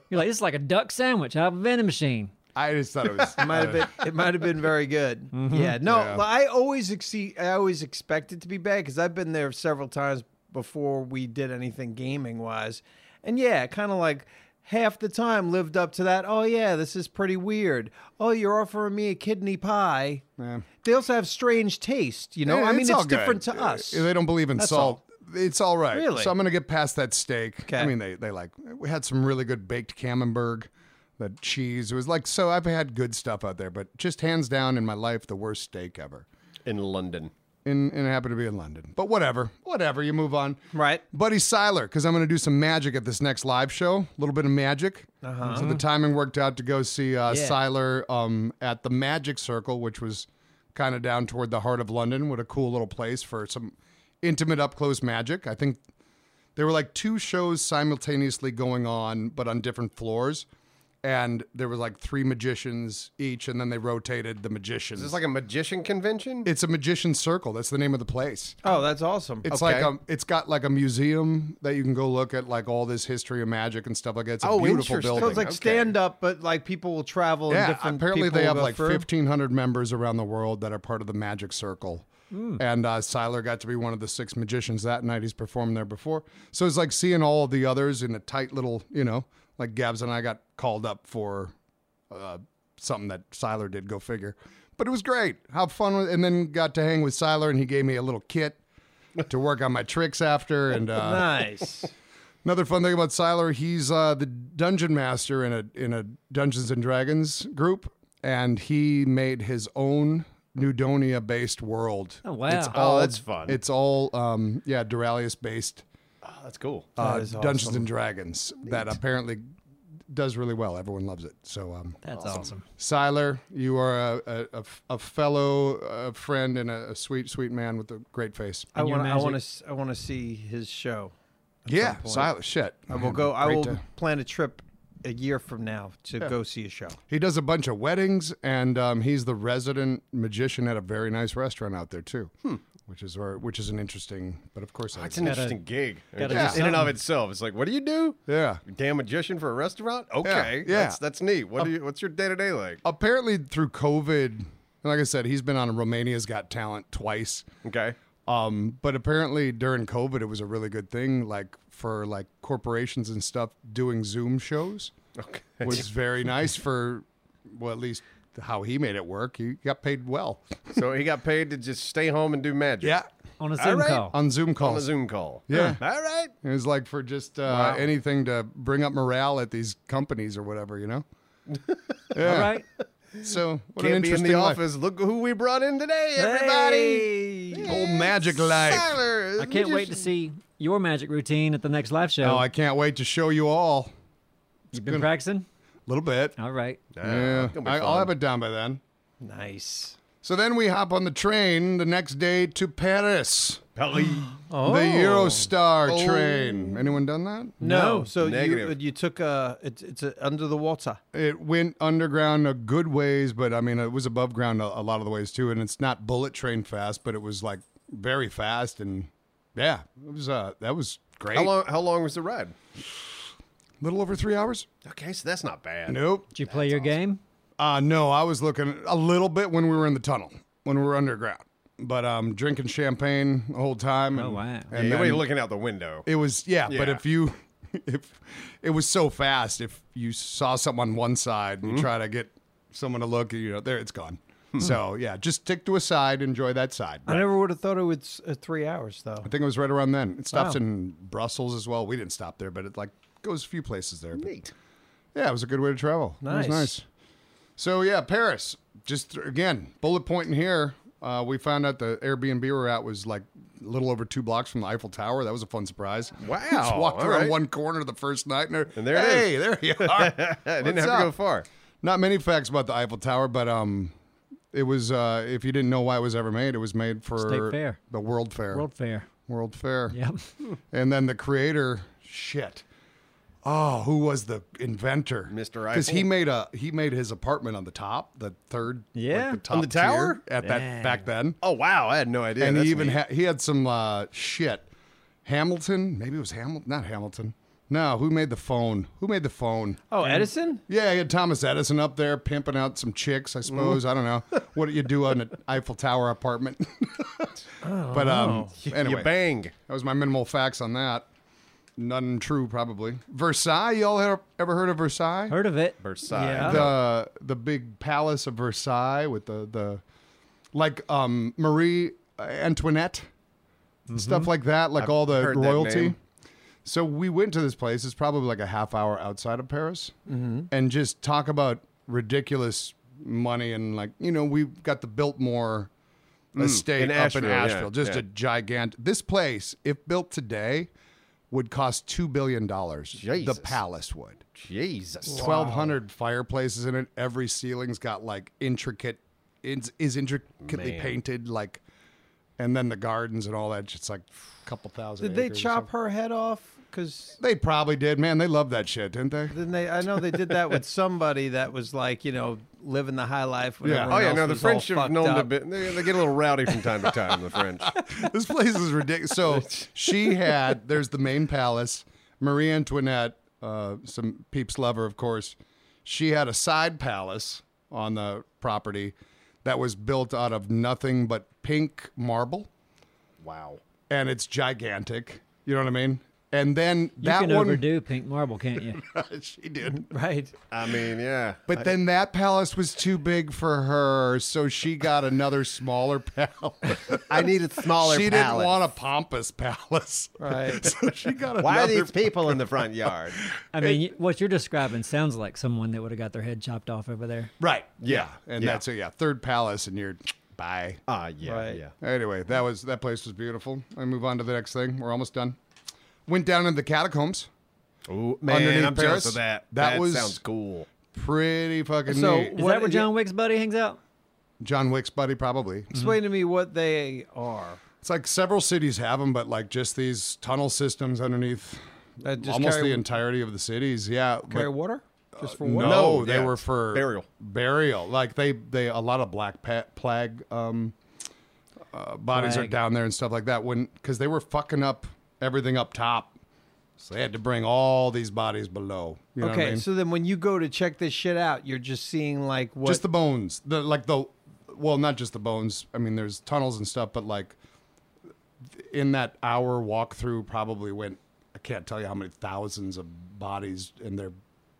[SPEAKER 3] You're like, this is like a duck sandwich out of a vending machine.
[SPEAKER 2] I just thought it was uh,
[SPEAKER 1] It might have been. It might have been very good.
[SPEAKER 3] Mm-hmm.
[SPEAKER 1] Yeah. No,
[SPEAKER 2] Yeah.
[SPEAKER 1] but I always exceed. I always expect it to be bad because I've been there several times before we did anything gaming wise, and yeah, kind of like half the time lived up to that. Oh yeah, this is pretty weird. Oh, you're offering me a kidney pie.
[SPEAKER 2] Yeah.
[SPEAKER 1] They also have strange taste. You know, I mean, it's,
[SPEAKER 2] all good.
[SPEAKER 1] different to us.
[SPEAKER 2] Uh, They don't believe in salt. It's all right.
[SPEAKER 1] Really?
[SPEAKER 2] So I'm gonna get past that steak.
[SPEAKER 1] Okay.
[SPEAKER 2] I mean, they they like we had some really good baked camembert, the cheese. It was like so. I've had good stuff out there, but just hands down in my life, the worst steak ever.
[SPEAKER 4] In London.
[SPEAKER 2] And, and it happened to be in London, but whatever, whatever. You move on,
[SPEAKER 1] Right.
[SPEAKER 2] Buddy Seiler, because I'm gonna do some magic at this next live show. A little bit of magic. Uh-huh. So the timing worked out to go see uh,
[SPEAKER 3] Yeah.
[SPEAKER 2] Seiler um, at the Magic Circle, which was kind of down toward the heart of London. What a cool little place for some intimate, up close magic. I think there were like two shows simultaneously going on, but on different floors. And there was like three magicians each, and then they rotated the magicians.
[SPEAKER 4] Is this like a magician convention?
[SPEAKER 2] it's a magician circle. That's the name of the place.
[SPEAKER 1] Oh, that's awesome.
[SPEAKER 2] It's
[SPEAKER 4] Okay.
[SPEAKER 2] like um, it's got like a museum that you can go look at, like all this history of magic and stuff like that. It's a
[SPEAKER 4] Oh,
[SPEAKER 2] beautiful
[SPEAKER 4] interesting.
[SPEAKER 2] building.
[SPEAKER 1] Sounds like
[SPEAKER 4] okay.
[SPEAKER 1] stand up, but like people will travel. and
[SPEAKER 2] yeah,
[SPEAKER 1] different
[SPEAKER 2] apparently
[SPEAKER 1] people
[SPEAKER 2] they
[SPEAKER 1] will
[SPEAKER 2] have
[SPEAKER 1] go
[SPEAKER 2] like
[SPEAKER 1] through.
[SPEAKER 2] fifteen hundred members around the world that are part of the magic circle.
[SPEAKER 1] Hmm.
[SPEAKER 2] And uh, Seiler got to be one of the six magicians that night. He's performed there before, so it's like seeing all of the others in a tight little, you know, like Gabs and I got called up for uh, something that Seiler did. Go figure. But it was great. How fun! was- And then got to hang with Seiler, and he gave me a little kit to work on my tricks after. And uh,
[SPEAKER 1] Nice.
[SPEAKER 2] Another fun thing about Siler, he's uh, the dungeon master in a in a Dungeons and Dragons group, and he made his own Nudonia based world.
[SPEAKER 3] Oh, wow.
[SPEAKER 2] It's
[SPEAKER 3] Oh,
[SPEAKER 2] all,
[SPEAKER 4] that's fun.
[SPEAKER 2] It's all um, yeah, Duralius based
[SPEAKER 4] oh, that's cool.
[SPEAKER 2] uh,
[SPEAKER 1] is
[SPEAKER 2] Dungeons and Dragons that apparently does really well. Everyone loves it. So um,
[SPEAKER 3] That's awesome.
[SPEAKER 2] Siler, you are a, a- a f- a fellow uh friend and a, a sweet sweet man with a great face.
[SPEAKER 1] I
[SPEAKER 3] And your
[SPEAKER 1] want. I
[SPEAKER 3] magic-
[SPEAKER 1] want to. I want to see his show.
[SPEAKER 2] yeah,
[SPEAKER 1] point.
[SPEAKER 2] Siler. Shit,
[SPEAKER 1] I will go. I
[SPEAKER 2] Great
[SPEAKER 1] will
[SPEAKER 2] to-
[SPEAKER 1] plan a trip a year from now to go see a show.
[SPEAKER 2] He does a bunch of weddings, and um, he's the resident magician at a very nice restaurant out there too. which is where which is an interesting. But of course, I,
[SPEAKER 4] It's Hmm. an
[SPEAKER 3] Gotta-
[SPEAKER 4] interesting gig.
[SPEAKER 3] gotta
[SPEAKER 2] do
[SPEAKER 4] Just in and of
[SPEAKER 3] something.
[SPEAKER 4] itself, it's like, what do you do?
[SPEAKER 2] yeah.
[SPEAKER 4] You Damn magician for a restaurant? Okay,
[SPEAKER 2] yeah. Oh.
[SPEAKER 4] that's that's neat. What do you? What's your day to day like?
[SPEAKER 2] Apparently, through COVID, like I said, he's been on Romania's Got Talent twice.
[SPEAKER 4] Okay,
[SPEAKER 2] Um, but apparently during COVID, it was a really good thing, like for like corporations and stuff doing Zoom shows
[SPEAKER 4] okay.
[SPEAKER 2] was very nice for, well, at least how he made it work. He got paid well.
[SPEAKER 4] so he got paid to just stay home and do magic.
[SPEAKER 3] on a
[SPEAKER 4] All
[SPEAKER 3] Zoom
[SPEAKER 4] right.
[SPEAKER 3] call.
[SPEAKER 2] on Zoom
[SPEAKER 4] on a
[SPEAKER 2] calls.
[SPEAKER 4] Zoom call.
[SPEAKER 2] Yeah.
[SPEAKER 4] All right.
[SPEAKER 2] It was like for just uh,
[SPEAKER 4] Wow.
[SPEAKER 2] anything to bring up morale at these companies or whatever, you know. Yeah.
[SPEAKER 3] All right.
[SPEAKER 2] So what an
[SPEAKER 4] Can't be in
[SPEAKER 2] interesting
[SPEAKER 4] the
[SPEAKER 2] life.
[SPEAKER 4] office. Look who we brought in today, everybody.
[SPEAKER 2] Old magic life.
[SPEAKER 4] Tyler,
[SPEAKER 3] I can't wait to see your magic routine at the next live show.
[SPEAKER 2] Oh, I can't wait to show you all
[SPEAKER 3] You've been
[SPEAKER 2] gonna-
[SPEAKER 3] practicing?
[SPEAKER 2] a little bit.
[SPEAKER 3] All right.
[SPEAKER 2] yeah,
[SPEAKER 4] Oh, gonna be
[SPEAKER 2] I, I'll
[SPEAKER 4] fun.
[SPEAKER 2] have it down by then.
[SPEAKER 1] Nice.
[SPEAKER 2] So then we hop on the train the next day to Paris.
[SPEAKER 4] Pelly.
[SPEAKER 2] The Eurostar
[SPEAKER 4] Oh.
[SPEAKER 2] train. Anyone done that?
[SPEAKER 1] No,
[SPEAKER 4] No,
[SPEAKER 1] so you,
[SPEAKER 4] negative.
[SPEAKER 1] you took a it's it's a, under the water.
[SPEAKER 2] It went underground a good ways, but I mean, it was above ground a, a lot of the ways too. And it's not bullet train fast, but it was like very fast. And yeah, it was, uh, that was great.
[SPEAKER 4] How long? How long was the ride?
[SPEAKER 2] little over three hours?
[SPEAKER 4] Okay, so that's not bad.
[SPEAKER 2] Nope.
[SPEAKER 3] Did you play your game?
[SPEAKER 2] Uh, no, I was looking a little bit when we were in the tunnel, when we were underground, but um, drinking champagne the whole time. And,
[SPEAKER 3] Oh, wow.
[SPEAKER 2] And
[SPEAKER 4] Yeah, you
[SPEAKER 2] then-
[SPEAKER 4] ain't looking out the window.
[SPEAKER 2] It was yeah, but
[SPEAKER 4] Yeah.
[SPEAKER 2] if you if it was so fast, if you saw someone on one side and you try to get someone to look, you know, there it's gone. So yeah, just stick to a side, enjoy that side.
[SPEAKER 1] I never would have thought it was uh, three hours though.
[SPEAKER 2] I think it was right around then. It stops
[SPEAKER 1] Wow.
[SPEAKER 2] in Brussels as well. We didn't stop there, but it like goes a few places there. But, yeah, it was a good way to travel. It was
[SPEAKER 1] Nice.
[SPEAKER 2] nice. So yeah, Paris. Just again, bullet point in here. Uh, we found out the Airbnb we were at was like a little over two blocks from the Eiffel Tower. That was a fun surprise.
[SPEAKER 4] Wow,
[SPEAKER 2] Just walked
[SPEAKER 4] all
[SPEAKER 2] around
[SPEAKER 4] right.
[SPEAKER 2] one corner the first night, and,
[SPEAKER 4] And there it
[SPEAKER 2] hey, there you are.
[SPEAKER 4] I didn't
[SPEAKER 2] What's
[SPEAKER 4] have to go
[SPEAKER 2] up?
[SPEAKER 4] far.
[SPEAKER 2] Not many facts about the Eiffel Tower, but um, it was uh, if you didn't know why it was ever made, it was made for
[SPEAKER 3] State Fair.
[SPEAKER 2] the World Fair,
[SPEAKER 3] World Fair.
[SPEAKER 2] World Fair.
[SPEAKER 3] Yep.
[SPEAKER 2] And then the creator, shit. Oh, who was the inventor?
[SPEAKER 4] Mr.
[SPEAKER 2] Because he
[SPEAKER 4] Eiffel?
[SPEAKER 2] made a he made his apartment on the top, the third, like,
[SPEAKER 3] Yeah.
[SPEAKER 2] the top
[SPEAKER 4] On the tower?
[SPEAKER 2] tier at that
[SPEAKER 3] Dang.
[SPEAKER 2] back then.
[SPEAKER 4] Oh wow, I had no idea.
[SPEAKER 2] and
[SPEAKER 4] That's
[SPEAKER 2] he even
[SPEAKER 4] neat.
[SPEAKER 2] ha- he had some uh, shit. Hamilton, maybe it was Hamilton, not Hamilton. No, who made the phone? Who made the phone?
[SPEAKER 1] Oh, Edison.
[SPEAKER 2] Yeah, he had Thomas Edison up there pimping out some chicks, I suppose.
[SPEAKER 4] Mm-hmm.
[SPEAKER 2] I don't know what do you do on an Eiffel Tower apartment. but um, anyway,
[SPEAKER 4] Oh, you bang.
[SPEAKER 2] that was my minimal facts on that. None true, probably. Versailles. Y'all ever, ever heard of Versailles?
[SPEAKER 3] Heard of it.
[SPEAKER 4] Versailles.
[SPEAKER 1] Yeah.
[SPEAKER 2] the the big palace of Versailles with the the like um Marie Antoinette stuff like that, like all the
[SPEAKER 4] Mm-hmm. heard that
[SPEAKER 2] royalty.
[SPEAKER 4] name.
[SPEAKER 2] So we went to this place. It's probably like a half hour outside of Paris,
[SPEAKER 4] Mm-hmm.
[SPEAKER 2] and just talk about ridiculous money and like you know we've got the Biltmore estate
[SPEAKER 4] Mm, in
[SPEAKER 2] up
[SPEAKER 4] Asheville,
[SPEAKER 2] in
[SPEAKER 4] yeah,
[SPEAKER 2] Asheville, just
[SPEAKER 4] yeah.
[SPEAKER 2] a gigantic. This place, if built today, would cost two billion dollars. The
[SPEAKER 4] Jesus.
[SPEAKER 2] palace would.
[SPEAKER 4] Jesus.
[SPEAKER 2] 1200 fireplaces in it every ceiling's got like intricate is, is intricately
[SPEAKER 4] Man.
[SPEAKER 2] painted like and then the gardens and all that just like a couple thousand
[SPEAKER 1] Did they
[SPEAKER 2] acres or
[SPEAKER 1] chop her head off? Because
[SPEAKER 2] something. they probably did man they love that shit didn't they
[SPEAKER 1] then they, I know they did that with somebody that was like you know living the high life. when
[SPEAKER 2] Yeah.
[SPEAKER 1] everyone
[SPEAKER 4] Oh yeah,
[SPEAKER 1] else
[SPEAKER 4] no, the
[SPEAKER 1] was all
[SPEAKER 4] French have
[SPEAKER 1] fucked
[SPEAKER 4] known a
[SPEAKER 1] up.
[SPEAKER 4] bit. They, they get a little rowdy from time to time. The French.
[SPEAKER 2] this place is ridiculous so she had there's the main palace marie antoinette uh, some peeps lover of course she had a side palace on the property that was built out of nothing but pink marble
[SPEAKER 4] Wow.
[SPEAKER 2] and it's gigantic. You know what I mean? And then
[SPEAKER 3] You
[SPEAKER 2] that
[SPEAKER 3] can
[SPEAKER 2] one
[SPEAKER 3] overdo pink marble, can't you?
[SPEAKER 2] she did.
[SPEAKER 1] Right.
[SPEAKER 4] I mean, yeah.
[SPEAKER 2] But then that palace was too big for her, so she got another smaller palace.
[SPEAKER 4] I need a smaller
[SPEAKER 2] she didn't want a pompous palace.
[SPEAKER 1] Right.
[SPEAKER 2] So she got
[SPEAKER 4] Why are
[SPEAKER 2] another
[SPEAKER 4] these people in the front yard?
[SPEAKER 3] I mean, you- what you're describing sounds like someone that would have got their head chopped off over there.
[SPEAKER 2] Right. Yeah. And
[SPEAKER 4] Yeah.
[SPEAKER 2] that's it, yeah. Third palace and you're bye.
[SPEAKER 4] Ah, yeah,
[SPEAKER 1] Right.
[SPEAKER 4] yeah.
[SPEAKER 2] Anyway, that was that place was beautiful. I move on to the next thing. We're almost done. Went down into the catacombs.
[SPEAKER 4] Ooh, man,
[SPEAKER 2] Underneath
[SPEAKER 4] I'm jealous
[SPEAKER 2] Paris?
[SPEAKER 4] of that.
[SPEAKER 2] That was-
[SPEAKER 4] sounds cool.
[SPEAKER 2] Pretty fucking
[SPEAKER 1] So-
[SPEAKER 2] neat.
[SPEAKER 3] Is
[SPEAKER 1] What-
[SPEAKER 3] that where John Wick's buddy hangs out?
[SPEAKER 2] John Wick's buddy, probably.
[SPEAKER 1] Explain to me what they are.
[SPEAKER 2] It's like several cities have them, but like just these tunnel systems underneath
[SPEAKER 1] That Uh, just
[SPEAKER 2] almost
[SPEAKER 1] carry,
[SPEAKER 2] the entirety of the cities. Yeah. but-
[SPEAKER 1] carry water. Just for
[SPEAKER 2] no,
[SPEAKER 1] water.
[SPEAKER 4] No,
[SPEAKER 2] they
[SPEAKER 4] yeah,
[SPEAKER 2] were
[SPEAKER 4] it's
[SPEAKER 2] for
[SPEAKER 4] burial.
[SPEAKER 2] Burial. Like they, they a lot of black pa- plague um, uh, bodies are
[SPEAKER 3] Flag.
[SPEAKER 2] down there and stuff like that. When because they were fucking up everything up top, so they had to bring all these bodies below. You know what I
[SPEAKER 1] okay,
[SPEAKER 2] mean?
[SPEAKER 1] so then when you go to check this shit out, you're just seeing like what
[SPEAKER 2] just the bones, the like the, well, not just the bones. I mean, there's tunnels and stuff, but like in that hour walkthrough, probably went. I can't tell you how many thousands of bodies and their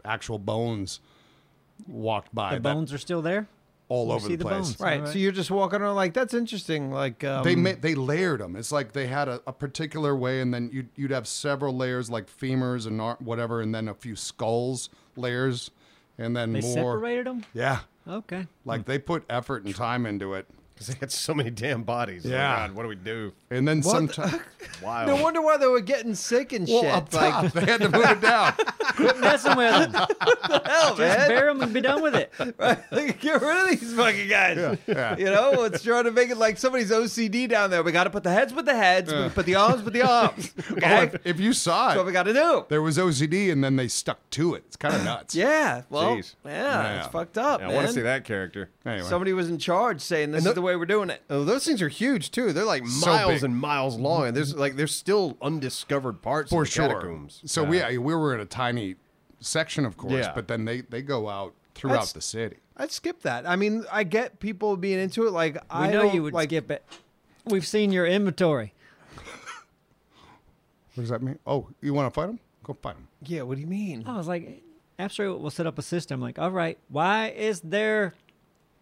[SPEAKER 2] actual bones walked by.
[SPEAKER 3] The
[SPEAKER 2] that-
[SPEAKER 3] bones are still there.
[SPEAKER 2] all
[SPEAKER 3] You
[SPEAKER 2] over
[SPEAKER 3] see
[SPEAKER 2] the
[SPEAKER 3] the
[SPEAKER 2] place.
[SPEAKER 3] bones.
[SPEAKER 1] right.
[SPEAKER 3] Alright.
[SPEAKER 1] So you're just walking around like that's interesting. Like um,
[SPEAKER 2] They ma- they layered them. It's like they had a, a particular way, and then you'd you'd have several layers, like femurs and ar- whatever, and then a few skulls layers, and then
[SPEAKER 3] They
[SPEAKER 2] more.
[SPEAKER 3] separated them.
[SPEAKER 2] Yeah,
[SPEAKER 3] Okay.
[SPEAKER 2] like
[SPEAKER 1] Hmm.
[SPEAKER 2] they put effort and time into it,
[SPEAKER 4] Because they had so many damn bodies. Oh,
[SPEAKER 2] Yeah.
[SPEAKER 4] God, what do we do?
[SPEAKER 2] and then sometimes
[SPEAKER 4] Wild.
[SPEAKER 1] no wonder why they were getting sick and
[SPEAKER 2] well,
[SPEAKER 1] shit.
[SPEAKER 2] up top
[SPEAKER 1] like
[SPEAKER 2] they had to move it down.
[SPEAKER 3] Quit messing with them.
[SPEAKER 1] hell,
[SPEAKER 3] Just
[SPEAKER 1] man.
[SPEAKER 3] bury them and be done with it.
[SPEAKER 1] Like, get rid of these fucking guys.
[SPEAKER 2] yeah.
[SPEAKER 1] You know, it's trying to make it like somebody's OCD down there. We got to put the heads with the heads, we put the arms with the arms.
[SPEAKER 2] Oh,
[SPEAKER 1] Okay,
[SPEAKER 2] if, if you saw
[SPEAKER 1] that's what
[SPEAKER 2] it,
[SPEAKER 1] we got to do.
[SPEAKER 2] there was OCD, and then they stuck to it. It's kind of nuts.
[SPEAKER 1] Yeah, well,
[SPEAKER 4] Jeez.
[SPEAKER 1] yeah,
[SPEAKER 2] Yeah.
[SPEAKER 1] it's fucked up.
[SPEAKER 4] Yeah, I
[SPEAKER 1] man.
[SPEAKER 4] want to see that character.
[SPEAKER 2] Anyway,
[SPEAKER 1] Somebody was in charge saying this is the way we're doing it.
[SPEAKER 4] Oh, those things are huge too. They're like
[SPEAKER 2] So
[SPEAKER 4] miles
[SPEAKER 2] big.
[SPEAKER 4] and miles long, and there's like there's still undiscovered parts
[SPEAKER 2] for
[SPEAKER 4] of the
[SPEAKER 2] sure.
[SPEAKER 4] catacombs.
[SPEAKER 2] So we we were in a tiny section, of course,
[SPEAKER 4] Yeah.
[SPEAKER 2] but then they they go out throughout
[SPEAKER 1] That's-
[SPEAKER 2] the city.
[SPEAKER 1] I'd skip that. I mean, I get people being into it. Like
[SPEAKER 3] We
[SPEAKER 1] I
[SPEAKER 3] know
[SPEAKER 1] don't,
[SPEAKER 3] you would
[SPEAKER 1] like,
[SPEAKER 3] skip it. We've seen your inventory.
[SPEAKER 2] What does that mean? Oh, you want to fight him? Go fight him.
[SPEAKER 1] Yeah, what do you mean?
[SPEAKER 3] I was like, Abstract will set up a system. Like, all right, why is there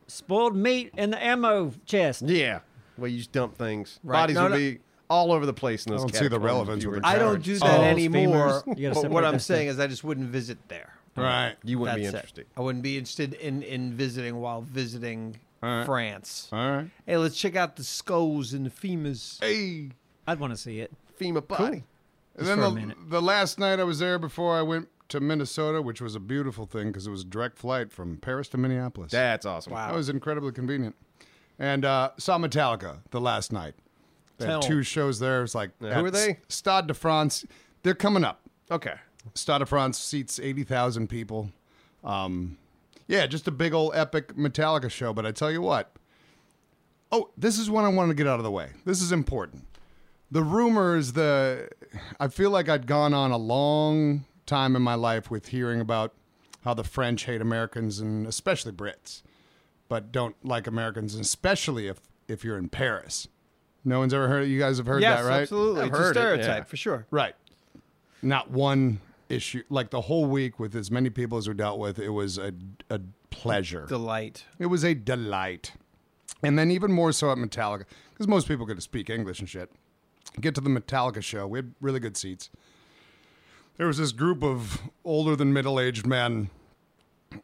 [SPEAKER 3] spoiled meat in the ammo chest?
[SPEAKER 4] Yeah. Well, you just dump things.
[SPEAKER 1] Right.
[SPEAKER 4] Bodies
[SPEAKER 1] No,
[SPEAKER 4] would
[SPEAKER 1] no.
[SPEAKER 4] be all over the place in those.
[SPEAKER 2] I don't see the
[SPEAKER 4] catacombs
[SPEAKER 2] relevance
[SPEAKER 4] if you
[SPEAKER 2] with
[SPEAKER 4] were
[SPEAKER 2] the
[SPEAKER 4] in
[SPEAKER 1] I
[SPEAKER 4] charge.
[SPEAKER 1] don't do
[SPEAKER 3] Oh,
[SPEAKER 1] that anymore.
[SPEAKER 3] femurs. You gotta
[SPEAKER 1] But
[SPEAKER 3] separate
[SPEAKER 1] what I'm
[SPEAKER 3] that stuff.
[SPEAKER 1] saying is, I just wouldn't visit there.
[SPEAKER 2] Right.
[SPEAKER 4] You wouldn't
[SPEAKER 1] That's it.
[SPEAKER 4] be interested.
[SPEAKER 1] I wouldn't be interested in in visiting while visiting
[SPEAKER 2] right.
[SPEAKER 1] France.
[SPEAKER 2] All right.
[SPEAKER 1] Hey, let's check out the skulls and the femurs.
[SPEAKER 2] Hey.
[SPEAKER 3] I'd want to see it.
[SPEAKER 4] FEMA body.
[SPEAKER 2] And then
[SPEAKER 3] for a
[SPEAKER 2] the,
[SPEAKER 3] minute.
[SPEAKER 2] the last night I was there before I went to Minnesota, which was a beautiful thing because it was a direct flight from Paris to Minneapolis.
[SPEAKER 4] That's awesome.
[SPEAKER 2] That was incredibly convenient. And uh, saw Metallica the last night. They had
[SPEAKER 1] Tell 'em.
[SPEAKER 2] two shows there. It's like
[SPEAKER 4] who are they?
[SPEAKER 2] Stade de France. They're coming up.
[SPEAKER 4] Okay.
[SPEAKER 2] Stade de France seats eighty thousand people. Um, yeah, just a big old epic Metallica show. But I tell you what. Oh, this is one I wanted to get out of the way. This is important. The rumors, the I feel like I'd gone on a long time in my life with hearing about how the French hate Americans and especially Brits, but don't like Americans, especially if if you're in Paris. No one's ever heard. You guys have heard
[SPEAKER 1] yes,
[SPEAKER 2] that, right?
[SPEAKER 1] absolutely.
[SPEAKER 4] I've
[SPEAKER 1] it's
[SPEAKER 4] heard it,
[SPEAKER 1] a stereotype
[SPEAKER 4] yeah.
[SPEAKER 1] for sure.
[SPEAKER 2] Right. Not one issue. Like the whole week with as many people as we dealt with, it was a, a pleasure.
[SPEAKER 1] Delight.
[SPEAKER 2] it was a delight. And then even more so at Metallica, because most people could speak English and shit. Get to the Metallica show. We had really good seats. There was this group of older than middle aged men,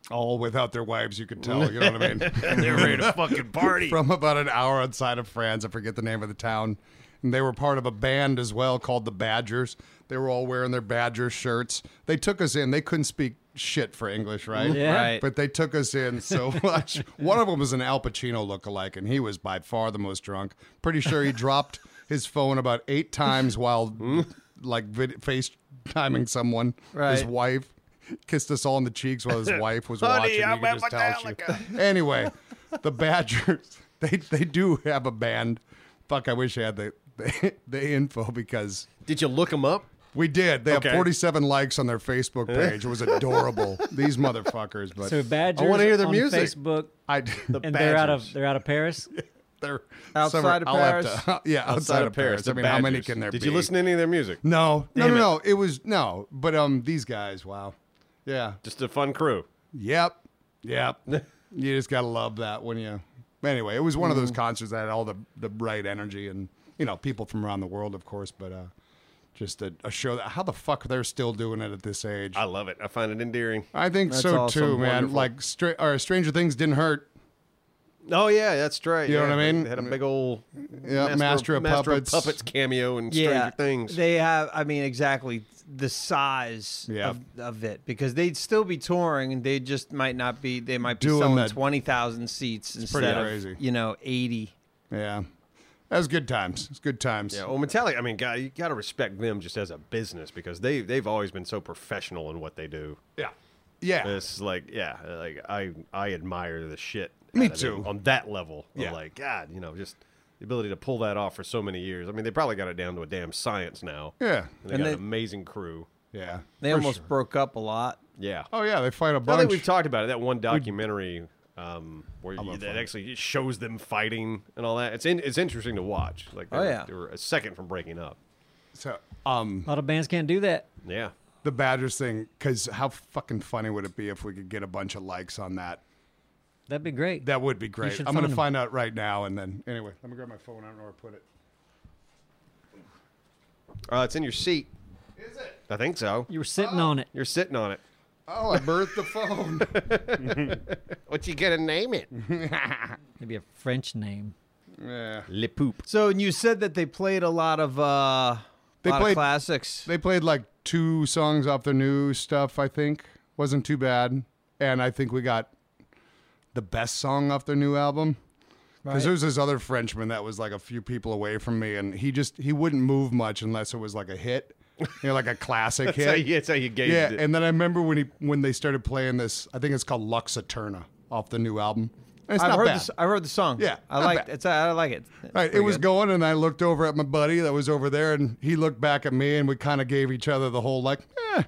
[SPEAKER 2] all without their wives, you could tell. You know what I mean?
[SPEAKER 4] They're ready to fucking party.
[SPEAKER 2] from about an hour outside of France. I forget the name of the town. And they were part of a band as well called the Badgers. They were all wearing their Badger shirts. They took us in. They couldn't speak shit for English, right?
[SPEAKER 3] Yeah.
[SPEAKER 1] Right.
[SPEAKER 2] But they took us in so much. One of them was an Al Pacino lookalike, and he was by far the most drunk. Pretty sure he dropped his phone about eight times while
[SPEAKER 1] Hmm?
[SPEAKER 2] like vid- FaceTiming someone, his
[SPEAKER 1] Right.
[SPEAKER 2] wife. Kissed us all on the cheeks while his wife was watching. You could just tell she- anyway, the Badgers they they do have a band. Fuck, I wish I had the the, the info because
[SPEAKER 4] Did you look them up?
[SPEAKER 2] we did. They
[SPEAKER 4] Okay.
[SPEAKER 2] have 47 likes on their Facebook page. It was adorable. These motherfuckers, but
[SPEAKER 3] So Badgers
[SPEAKER 4] wanna hear their
[SPEAKER 3] on
[SPEAKER 4] music.
[SPEAKER 3] Facebook,
[SPEAKER 2] I
[SPEAKER 3] and they're out of
[SPEAKER 4] Badgers.
[SPEAKER 3] they're out of Paris.
[SPEAKER 2] they're
[SPEAKER 1] Outside
[SPEAKER 2] somewhere-
[SPEAKER 1] of
[SPEAKER 2] I'll have
[SPEAKER 1] Paris?
[SPEAKER 2] to- yeah, outside,
[SPEAKER 4] Outside
[SPEAKER 2] of Paris.
[SPEAKER 4] the
[SPEAKER 2] I mean, how many
[SPEAKER 4] Badgers.
[SPEAKER 2] can there
[SPEAKER 4] Did
[SPEAKER 2] be?
[SPEAKER 4] you listen to any of their music?
[SPEAKER 2] No, no, no,
[SPEAKER 4] Damn it.
[SPEAKER 2] no. It was no, but um, these guys. Wow. Yeah.
[SPEAKER 4] Just a fun crew.
[SPEAKER 2] Yep. Yep. you just gotta love that when you. Anyway, it was one of
[SPEAKER 1] Mm.
[SPEAKER 2] those concerts that had all the the right energy and you know people from around the world, of course, but uh, just a, a show that how the fuck they're still doing it at this age.
[SPEAKER 4] I
[SPEAKER 2] I,
[SPEAKER 4] love it. I find it endearing.
[SPEAKER 2] think
[SPEAKER 1] That's
[SPEAKER 2] so
[SPEAKER 1] awesome.
[SPEAKER 2] too, man.
[SPEAKER 1] Wonderful.
[SPEAKER 2] Like stra- or Stranger Things didn't hurt.
[SPEAKER 4] Oh yeah, that's right.
[SPEAKER 2] You know
[SPEAKER 4] Yeah,
[SPEAKER 2] what I
[SPEAKER 4] they-
[SPEAKER 2] mean?
[SPEAKER 4] They had a big old
[SPEAKER 2] Yeah, Master of Puppets.
[SPEAKER 4] puppets cameo in Stranger Things.
[SPEAKER 1] They have, I mean, exactly the size
[SPEAKER 2] Yeah.
[SPEAKER 1] of, of it because they'd still be touring and they just might not be, they might be
[SPEAKER 2] Doing
[SPEAKER 1] selling
[SPEAKER 2] that-
[SPEAKER 1] 20,000 seats
[SPEAKER 2] pretty
[SPEAKER 1] instead of,
[SPEAKER 2] crazy.
[SPEAKER 1] you know, 80.
[SPEAKER 2] Yeah, that was good times. It's good times.
[SPEAKER 1] oh,
[SPEAKER 4] yeah, well, Metallica. I mean, God, you got to respect them just as a business because they they've always been so professional in what they do.
[SPEAKER 2] yeah, yeah.
[SPEAKER 4] It's like, yeah, like I I admire the shit.
[SPEAKER 2] Me
[SPEAKER 4] out of them
[SPEAKER 2] too.
[SPEAKER 4] on that level.
[SPEAKER 2] Yeah.
[SPEAKER 4] Yeah. Like God, you know, just the ability to pull that off for so many years. I mean, they probably got it down to a damn science now.
[SPEAKER 2] Yeah.
[SPEAKER 4] And they
[SPEAKER 1] And
[SPEAKER 4] got
[SPEAKER 1] they-
[SPEAKER 4] an amazing crew.
[SPEAKER 2] Yeah.
[SPEAKER 1] They
[SPEAKER 2] for
[SPEAKER 1] almost
[SPEAKER 2] sure.
[SPEAKER 1] broke up a lot.
[SPEAKER 4] Yeah.
[SPEAKER 2] Oh yeah, they fight a
[SPEAKER 4] I think
[SPEAKER 2] bunch.
[SPEAKER 4] we've talked about it. That one documentary um, where you, that
[SPEAKER 2] fun.
[SPEAKER 4] actually shows them fighting and all that. It's in, it's interesting to watch. Like, they,
[SPEAKER 1] Oh,
[SPEAKER 4] were-
[SPEAKER 1] yeah.
[SPEAKER 4] they were a second from breaking up.
[SPEAKER 2] so, um,
[SPEAKER 3] A lot of bands can't do that.
[SPEAKER 4] Yeah.
[SPEAKER 2] the Badgers thing, because how fucking funny would it be if we could get a bunch of likes on that?
[SPEAKER 3] That'd be great.
[SPEAKER 2] That would be great.
[SPEAKER 3] should
[SPEAKER 2] I'm gonna
[SPEAKER 3] find 'em.
[SPEAKER 2] find out right now, and then anyway, let me grab my phone. I don't know where I put it.
[SPEAKER 4] Uh, it's in your seat.
[SPEAKER 2] Is it?
[SPEAKER 4] I think so.
[SPEAKER 3] you were sitting on it.
[SPEAKER 4] You're sitting on it.
[SPEAKER 2] Oh, I birthed the phone.
[SPEAKER 4] What you gonna name it?
[SPEAKER 3] Maybe a French name.
[SPEAKER 2] yeah.
[SPEAKER 4] Le poop.
[SPEAKER 1] So, and you said that they played a lot of uh,
[SPEAKER 2] They
[SPEAKER 1] lot
[SPEAKER 2] played-
[SPEAKER 1] of classics.
[SPEAKER 2] They played like two songs off their new stuff. I think wasn't too bad, and I think we got the best song off their new album. Because
[SPEAKER 1] Right.
[SPEAKER 2] there was this other Frenchman that was like a few people away from me, and he just he wouldn't move much unless it was like a hit, you know, like a classic hit.
[SPEAKER 4] That's how you, that's how you gauged
[SPEAKER 2] Yeah,
[SPEAKER 4] it.
[SPEAKER 2] and then I remember when he when they started playing this, I think it's called Lux Eterna off the new album. And it's
[SPEAKER 1] I've
[SPEAKER 2] not
[SPEAKER 1] heard
[SPEAKER 2] bad.
[SPEAKER 1] this. I heard the song.
[SPEAKER 2] Yeah,
[SPEAKER 1] I
[SPEAKER 2] not
[SPEAKER 1] like
[SPEAKER 2] bad.
[SPEAKER 1] it's. I like it. It's
[SPEAKER 2] All right, it
[SPEAKER 1] pretty
[SPEAKER 2] was
[SPEAKER 1] good.
[SPEAKER 2] going, and I looked over at my buddy that was over there, and he looked back at me, and we kind of gave each other the whole like, eh,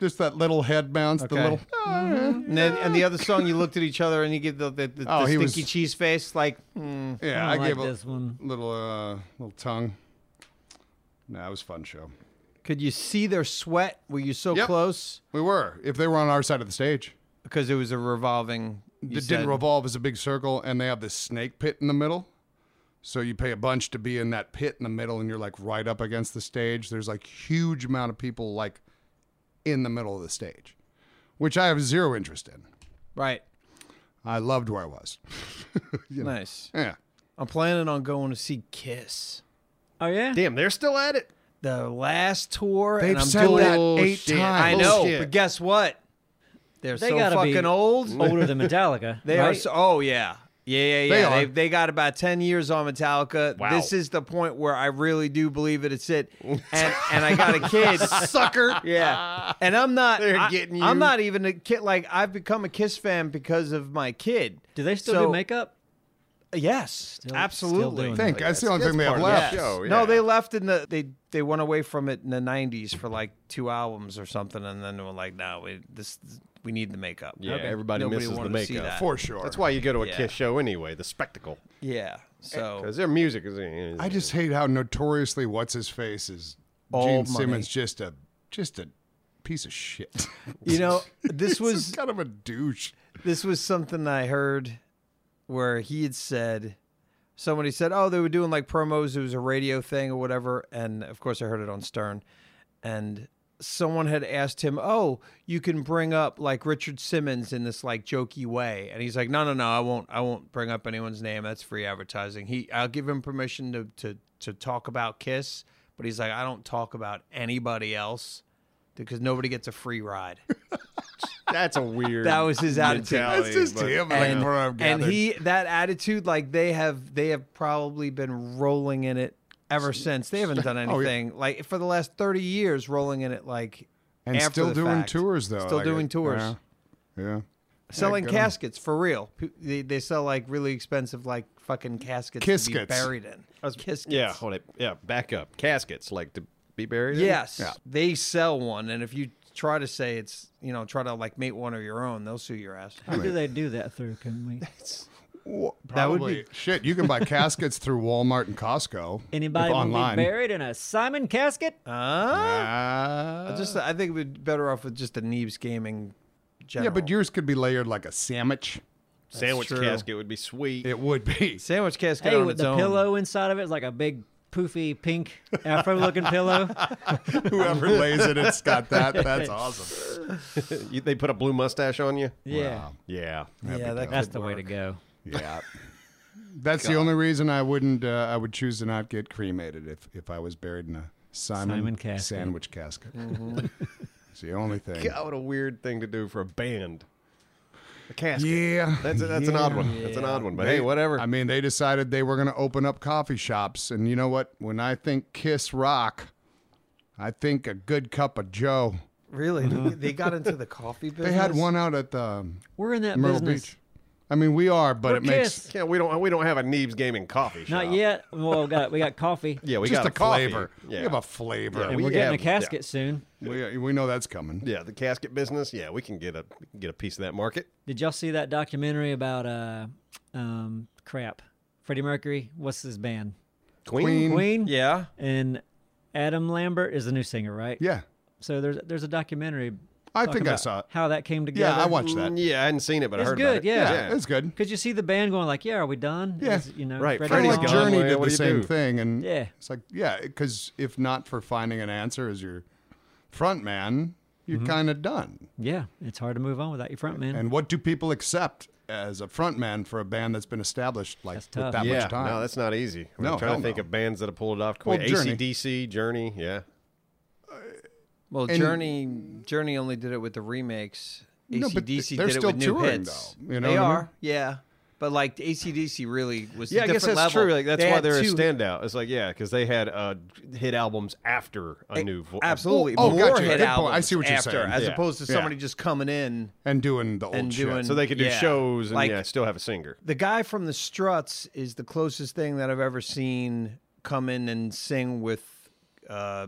[SPEAKER 2] just that little head bounce, the
[SPEAKER 1] Okay.
[SPEAKER 2] little. "Ah, eh."
[SPEAKER 1] And, then, and the other song, you looked at each other and you give the the, the,
[SPEAKER 2] Oh,
[SPEAKER 1] the
[SPEAKER 2] he
[SPEAKER 1] stinky
[SPEAKER 2] was-
[SPEAKER 1] cheese face, like mm,
[SPEAKER 2] Yeah,
[SPEAKER 3] I,
[SPEAKER 2] I,
[SPEAKER 3] don't like
[SPEAKER 2] gave
[SPEAKER 3] this
[SPEAKER 2] a
[SPEAKER 3] one.
[SPEAKER 2] little uh, little tongue. Nah, it was a fun show.
[SPEAKER 1] could you see their sweat? Were you so
[SPEAKER 2] Yep.
[SPEAKER 1] close?
[SPEAKER 2] We were if they were on our side of the stage.
[SPEAKER 1] Because it was a revolving. you
[SPEAKER 2] It
[SPEAKER 1] said.
[SPEAKER 2] didn't revolve as a big circle, and they have this snake pit in the middle. So you pay a bunch to be in that pit in the middle, and you're like right up against the stage. There's like huge amount of people like in the middle of the stage, which I have zero interest in.
[SPEAKER 1] Right.
[SPEAKER 2] I loved where I was.
[SPEAKER 1] Nice.
[SPEAKER 2] Yeah,
[SPEAKER 1] I'm planning on going to see Kiss.
[SPEAKER 3] Oh yeah.
[SPEAKER 4] Damn, they're still at it.
[SPEAKER 1] The last tour.
[SPEAKER 2] They've
[SPEAKER 1] and I'm
[SPEAKER 2] said
[SPEAKER 1] doing
[SPEAKER 2] that
[SPEAKER 1] it-
[SPEAKER 2] eight
[SPEAKER 4] Bullshit.
[SPEAKER 1] I
[SPEAKER 2] times.
[SPEAKER 1] know,
[SPEAKER 4] Bullshit.
[SPEAKER 1] but guess what? They're
[SPEAKER 3] They
[SPEAKER 1] so
[SPEAKER 3] gotta be-
[SPEAKER 1] fucking old.
[SPEAKER 3] Older than Metallica.
[SPEAKER 1] They are.
[SPEAKER 3] right?
[SPEAKER 1] So, oh yeah, yeah, yeah, yeah.
[SPEAKER 2] They are.
[SPEAKER 1] They, they got about ten years on Metallica.
[SPEAKER 4] Wow.
[SPEAKER 1] This is the point where I really do believe it. It's it, and and I got a kid, sucker. Yeah, and I'm not.
[SPEAKER 4] They're
[SPEAKER 1] I,
[SPEAKER 4] getting
[SPEAKER 1] I'm
[SPEAKER 4] you.
[SPEAKER 1] not even a kid. Like I've become a Kiss fan because of my kid.
[SPEAKER 3] Do they still
[SPEAKER 1] So-
[SPEAKER 3] do makeup?
[SPEAKER 1] Yes,
[SPEAKER 3] still
[SPEAKER 1] absolutely.
[SPEAKER 3] doing
[SPEAKER 2] Think that's the only thing they have
[SPEAKER 4] part of the
[SPEAKER 2] left.
[SPEAKER 4] show, yeah.
[SPEAKER 1] No, they left in the they they went away from it in the '90s for like two albums or something, and then they were like, "No, we this we need the makeup."
[SPEAKER 4] Yeah, everybody
[SPEAKER 1] Nobody
[SPEAKER 4] misses the
[SPEAKER 1] wanted to see
[SPEAKER 4] makeup.
[SPEAKER 1] that.
[SPEAKER 2] for sure.
[SPEAKER 4] That's why you go to a
[SPEAKER 1] Yeah. Oh.
[SPEAKER 4] Kiss show anyway. The spectacle,
[SPEAKER 1] Yeah, so
[SPEAKER 4] because their music is.
[SPEAKER 2] I just hate how notoriously what's his face is
[SPEAKER 1] All
[SPEAKER 2] Gene
[SPEAKER 1] money.
[SPEAKER 2] Simmons just a just a piece of shit.
[SPEAKER 1] You know, this
[SPEAKER 2] He's
[SPEAKER 1] was
[SPEAKER 2] kind of a douche.
[SPEAKER 1] this was something I heard where he had said somebody said, "Oh, they were doing like promos. It was a radio thing or whatever." And of course, I heard it on Stern, and someone had asked him, "Oh, you can bring up like Richard Simmons in this like jokey way," and he's like, "No, no, no, I won't. I won't bring up anyone's name. That's free advertising. He, I'll give him permission to to to talk about Kiss." But he's like, I don't talk about anybody else because nobody gets a free ride.
[SPEAKER 4] That's a weird.
[SPEAKER 1] That was his attitude.
[SPEAKER 4] mentality,
[SPEAKER 2] That's just
[SPEAKER 4] but-
[SPEAKER 2] him. like,
[SPEAKER 1] and,
[SPEAKER 2] where I'm
[SPEAKER 1] and
[SPEAKER 2] gathered.
[SPEAKER 1] he that attitude like they have they have probably been rolling in it ever since they haven't done
[SPEAKER 2] Oh, yeah.
[SPEAKER 1] anything like for the last 30 years rolling in it like
[SPEAKER 2] and
[SPEAKER 1] after
[SPEAKER 2] still
[SPEAKER 1] the
[SPEAKER 2] doing
[SPEAKER 1] fact.
[SPEAKER 2] tours though.
[SPEAKER 1] still
[SPEAKER 2] like,
[SPEAKER 1] doing tours
[SPEAKER 2] Yeah. yeah.
[SPEAKER 1] selling
[SPEAKER 2] good 'em.
[SPEAKER 1] caskets for real P- they, they sell like really expensive like fucking caskets to be
[SPEAKER 2] Kiskets.
[SPEAKER 1] buried in Kiskets.
[SPEAKER 4] Yeah, hold it. Yeah, back up. Caskets, like to be buried. in?
[SPEAKER 1] yes they sell one and if you try to say it's you know try to like make one of your own they'll sue your ass
[SPEAKER 3] Who do they do that through? Can we?
[SPEAKER 1] That would
[SPEAKER 2] Probably. shit. You can buy caskets through Walmart and Costco.
[SPEAKER 3] Anybody want to
[SPEAKER 2] online?
[SPEAKER 3] be buried in a Simon casket?
[SPEAKER 1] Ah.
[SPEAKER 2] Ah.
[SPEAKER 1] just i think we'd be better off with just a Neves gaming
[SPEAKER 2] yeah,
[SPEAKER 1] general.
[SPEAKER 2] but yours could be layered like a sandwich.
[SPEAKER 4] sandwich
[SPEAKER 1] true.
[SPEAKER 4] casket would be sweet.
[SPEAKER 2] It would be.
[SPEAKER 1] Sandwich casket
[SPEAKER 3] Hey,
[SPEAKER 1] on
[SPEAKER 3] with
[SPEAKER 1] its
[SPEAKER 3] the
[SPEAKER 1] own.
[SPEAKER 3] pillow inside of it is like a big poofy pink afro-looking pillow.
[SPEAKER 2] Whoever lays it, it's got that. That's awesome.
[SPEAKER 4] You- they put a blue mustache on you.
[SPEAKER 3] Yeah,
[SPEAKER 2] Wow.
[SPEAKER 4] Yeah.
[SPEAKER 1] yeah, that
[SPEAKER 3] that's
[SPEAKER 1] could
[SPEAKER 3] the way to
[SPEAKER 1] work.
[SPEAKER 3] go.
[SPEAKER 2] Yeah. That's the only reason I wouldn't. Uh, I would choose to not get cremated if if I was buried in a Simon,
[SPEAKER 3] Simon casket.
[SPEAKER 2] sandwich casket.
[SPEAKER 4] Mm-hmm.
[SPEAKER 2] it's the only thing.
[SPEAKER 4] God, what a weird thing to do for a band. A casket.
[SPEAKER 2] Yeah,
[SPEAKER 4] That's a, that's an odd one. That's an odd one. But hey, whatever.
[SPEAKER 2] I mean, they decided they were going to open up coffee shops, and you know what? When I think Kiss Rock, I think a good cup of Joe.
[SPEAKER 1] Really, they got into the coffee business.
[SPEAKER 2] They had one out at the um,
[SPEAKER 3] We're in that
[SPEAKER 2] Myrtle
[SPEAKER 3] business.
[SPEAKER 2] Beach. I mean, we are, but
[SPEAKER 3] We're
[SPEAKER 2] it makes
[SPEAKER 3] Kiss.
[SPEAKER 4] Yeah, we don't we don't have a Neebs Gaming coffee shop.
[SPEAKER 3] Not yet. Well, we got we got coffee.
[SPEAKER 4] Yeah, we
[SPEAKER 2] just
[SPEAKER 4] got
[SPEAKER 2] a
[SPEAKER 4] coffee.
[SPEAKER 2] flavor.
[SPEAKER 4] Yeah.
[SPEAKER 2] We have a flavor.
[SPEAKER 4] Yeah,
[SPEAKER 3] and
[SPEAKER 4] we
[SPEAKER 3] we are getting
[SPEAKER 4] have-
[SPEAKER 3] a casket soon.
[SPEAKER 2] we, we know that's coming.
[SPEAKER 4] Yeah, the casket business. Yeah, we can get a get a piece of that market.
[SPEAKER 3] Did y'all see that documentary about uh, um, crap? Freddie Mercury. What's his band?
[SPEAKER 2] Queen.
[SPEAKER 3] Queen.
[SPEAKER 4] Yeah.
[SPEAKER 3] And Adam Lambert is the new singer, right?
[SPEAKER 2] Yeah.
[SPEAKER 3] So there's there's a documentary.
[SPEAKER 2] I
[SPEAKER 3] talking
[SPEAKER 2] think I
[SPEAKER 3] about
[SPEAKER 2] saw it.
[SPEAKER 3] How that came
[SPEAKER 2] Yeah,
[SPEAKER 3] together.
[SPEAKER 2] I watched that.
[SPEAKER 4] Mm, Yeah, I hadn't seen it, but
[SPEAKER 3] It's
[SPEAKER 4] I heard
[SPEAKER 3] good,
[SPEAKER 4] about it.
[SPEAKER 3] yeah.
[SPEAKER 2] Yeah, it's good.
[SPEAKER 3] Cause you see the band going like, "Yeah, are we done?"
[SPEAKER 2] Yeah.
[SPEAKER 3] Is, you know,
[SPEAKER 4] Right,
[SPEAKER 3] Freddie's
[SPEAKER 2] Kind of
[SPEAKER 4] Freddie's
[SPEAKER 2] like
[SPEAKER 3] gone.
[SPEAKER 4] gone.
[SPEAKER 2] Journey
[SPEAKER 4] Well,
[SPEAKER 2] did
[SPEAKER 4] what
[SPEAKER 2] the
[SPEAKER 4] do you
[SPEAKER 2] same
[SPEAKER 4] do?
[SPEAKER 2] thing, and
[SPEAKER 3] Yeah.
[SPEAKER 2] it's like yeah, because if not for finding an answer as your front man, you're kind of done.
[SPEAKER 3] Yeah, it's hard to move on without your front man.
[SPEAKER 2] And what do people accept as a front man for a band that's been established like
[SPEAKER 3] That's
[SPEAKER 2] with
[SPEAKER 3] tough.
[SPEAKER 2] that
[SPEAKER 4] yeah.
[SPEAKER 2] much time?
[SPEAKER 4] No, that's not easy. I mean,
[SPEAKER 2] No,
[SPEAKER 4] I'm trying
[SPEAKER 2] hell
[SPEAKER 4] to think
[SPEAKER 2] no.
[SPEAKER 4] of bands that have pulled it off.
[SPEAKER 2] Well,
[SPEAKER 4] Queen,
[SPEAKER 2] Journey.
[SPEAKER 4] ACDC, Journey. Yeah.
[SPEAKER 1] Well,
[SPEAKER 2] And-
[SPEAKER 1] Journey Journey only did it with the remakes.
[SPEAKER 2] No, but th-
[SPEAKER 1] ACDC
[SPEAKER 2] they're
[SPEAKER 1] did it
[SPEAKER 2] still
[SPEAKER 1] with new
[SPEAKER 2] touring,
[SPEAKER 1] hits.
[SPEAKER 2] though. You know
[SPEAKER 1] they
[SPEAKER 2] what I mean?
[SPEAKER 1] are, yeah. But like ACDC really was
[SPEAKER 4] Yeah,
[SPEAKER 1] a
[SPEAKER 4] I guess
[SPEAKER 1] different
[SPEAKER 4] that's
[SPEAKER 1] level.
[SPEAKER 4] true. Like that's
[SPEAKER 1] They
[SPEAKER 4] why
[SPEAKER 1] had
[SPEAKER 4] they're
[SPEAKER 1] two-
[SPEAKER 4] a standout. It's like yeah, because they had uh, hit albums after a new vo-
[SPEAKER 1] Absolutely,
[SPEAKER 2] Oh,
[SPEAKER 1] more
[SPEAKER 2] gotcha.
[SPEAKER 1] hit
[SPEAKER 2] Good point.
[SPEAKER 1] albums.
[SPEAKER 2] I see what you're
[SPEAKER 1] after,
[SPEAKER 2] saying.
[SPEAKER 1] as
[SPEAKER 4] Yeah.
[SPEAKER 1] opposed to
[SPEAKER 2] Yeah.
[SPEAKER 1] somebody just coming in
[SPEAKER 2] and doing the old
[SPEAKER 1] and
[SPEAKER 2] shit.
[SPEAKER 1] doing.
[SPEAKER 4] So they could do
[SPEAKER 1] yeah.
[SPEAKER 4] shows and
[SPEAKER 1] like
[SPEAKER 4] yeah, still have a singer.
[SPEAKER 1] the guy from the Struts is the closest thing that I've ever seen come in and sing with uh,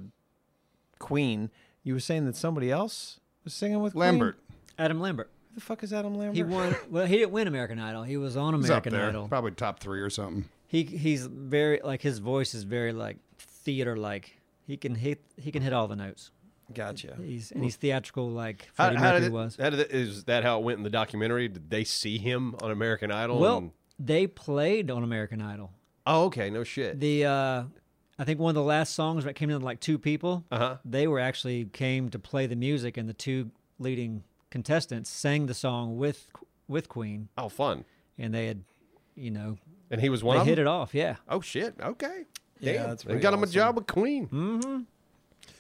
[SPEAKER 1] Queen. You were saying that somebody else was singing with Queen?
[SPEAKER 2] Lambert
[SPEAKER 3] Adam Lambert.
[SPEAKER 1] Who the fuck is Adam Lambert?
[SPEAKER 3] He won. Well, he didn't win American Idol. He was on
[SPEAKER 2] is up
[SPEAKER 3] American
[SPEAKER 2] there,
[SPEAKER 3] Idol.
[SPEAKER 2] probably top three or something.
[SPEAKER 3] He he's very like his voice is very like theater like. He can hit he can hit all the notes.
[SPEAKER 1] Gotcha.
[SPEAKER 3] He's and he's theatrical like
[SPEAKER 4] How,
[SPEAKER 3] Freddie
[SPEAKER 4] how
[SPEAKER 3] Mercury
[SPEAKER 4] did it,
[SPEAKER 3] was.
[SPEAKER 4] how did it, is that how it went in the documentary? Did they see him on American Idol?
[SPEAKER 3] Well,
[SPEAKER 4] and-
[SPEAKER 3] they played on American Idol.
[SPEAKER 4] oh, okay, no shit.
[SPEAKER 3] The uh I think one of the last songs that came in like two people.
[SPEAKER 4] Uh-huh.
[SPEAKER 3] They were actually came to play the music, and the two leading contestants sang the song with with Queen,
[SPEAKER 4] oh, fun.
[SPEAKER 3] and they had, you know,
[SPEAKER 4] And he was
[SPEAKER 3] they
[SPEAKER 4] one of
[SPEAKER 3] hit
[SPEAKER 4] them.
[SPEAKER 3] it off. Yeah.
[SPEAKER 4] Oh shit. Okay.
[SPEAKER 1] Yeah,
[SPEAKER 4] Damn.
[SPEAKER 1] that's
[SPEAKER 4] they
[SPEAKER 1] pretty
[SPEAKER 4] got him a
[SPEAKER 1] awesome.
[SPEAKER 4] job with Queen. Mm-hmm.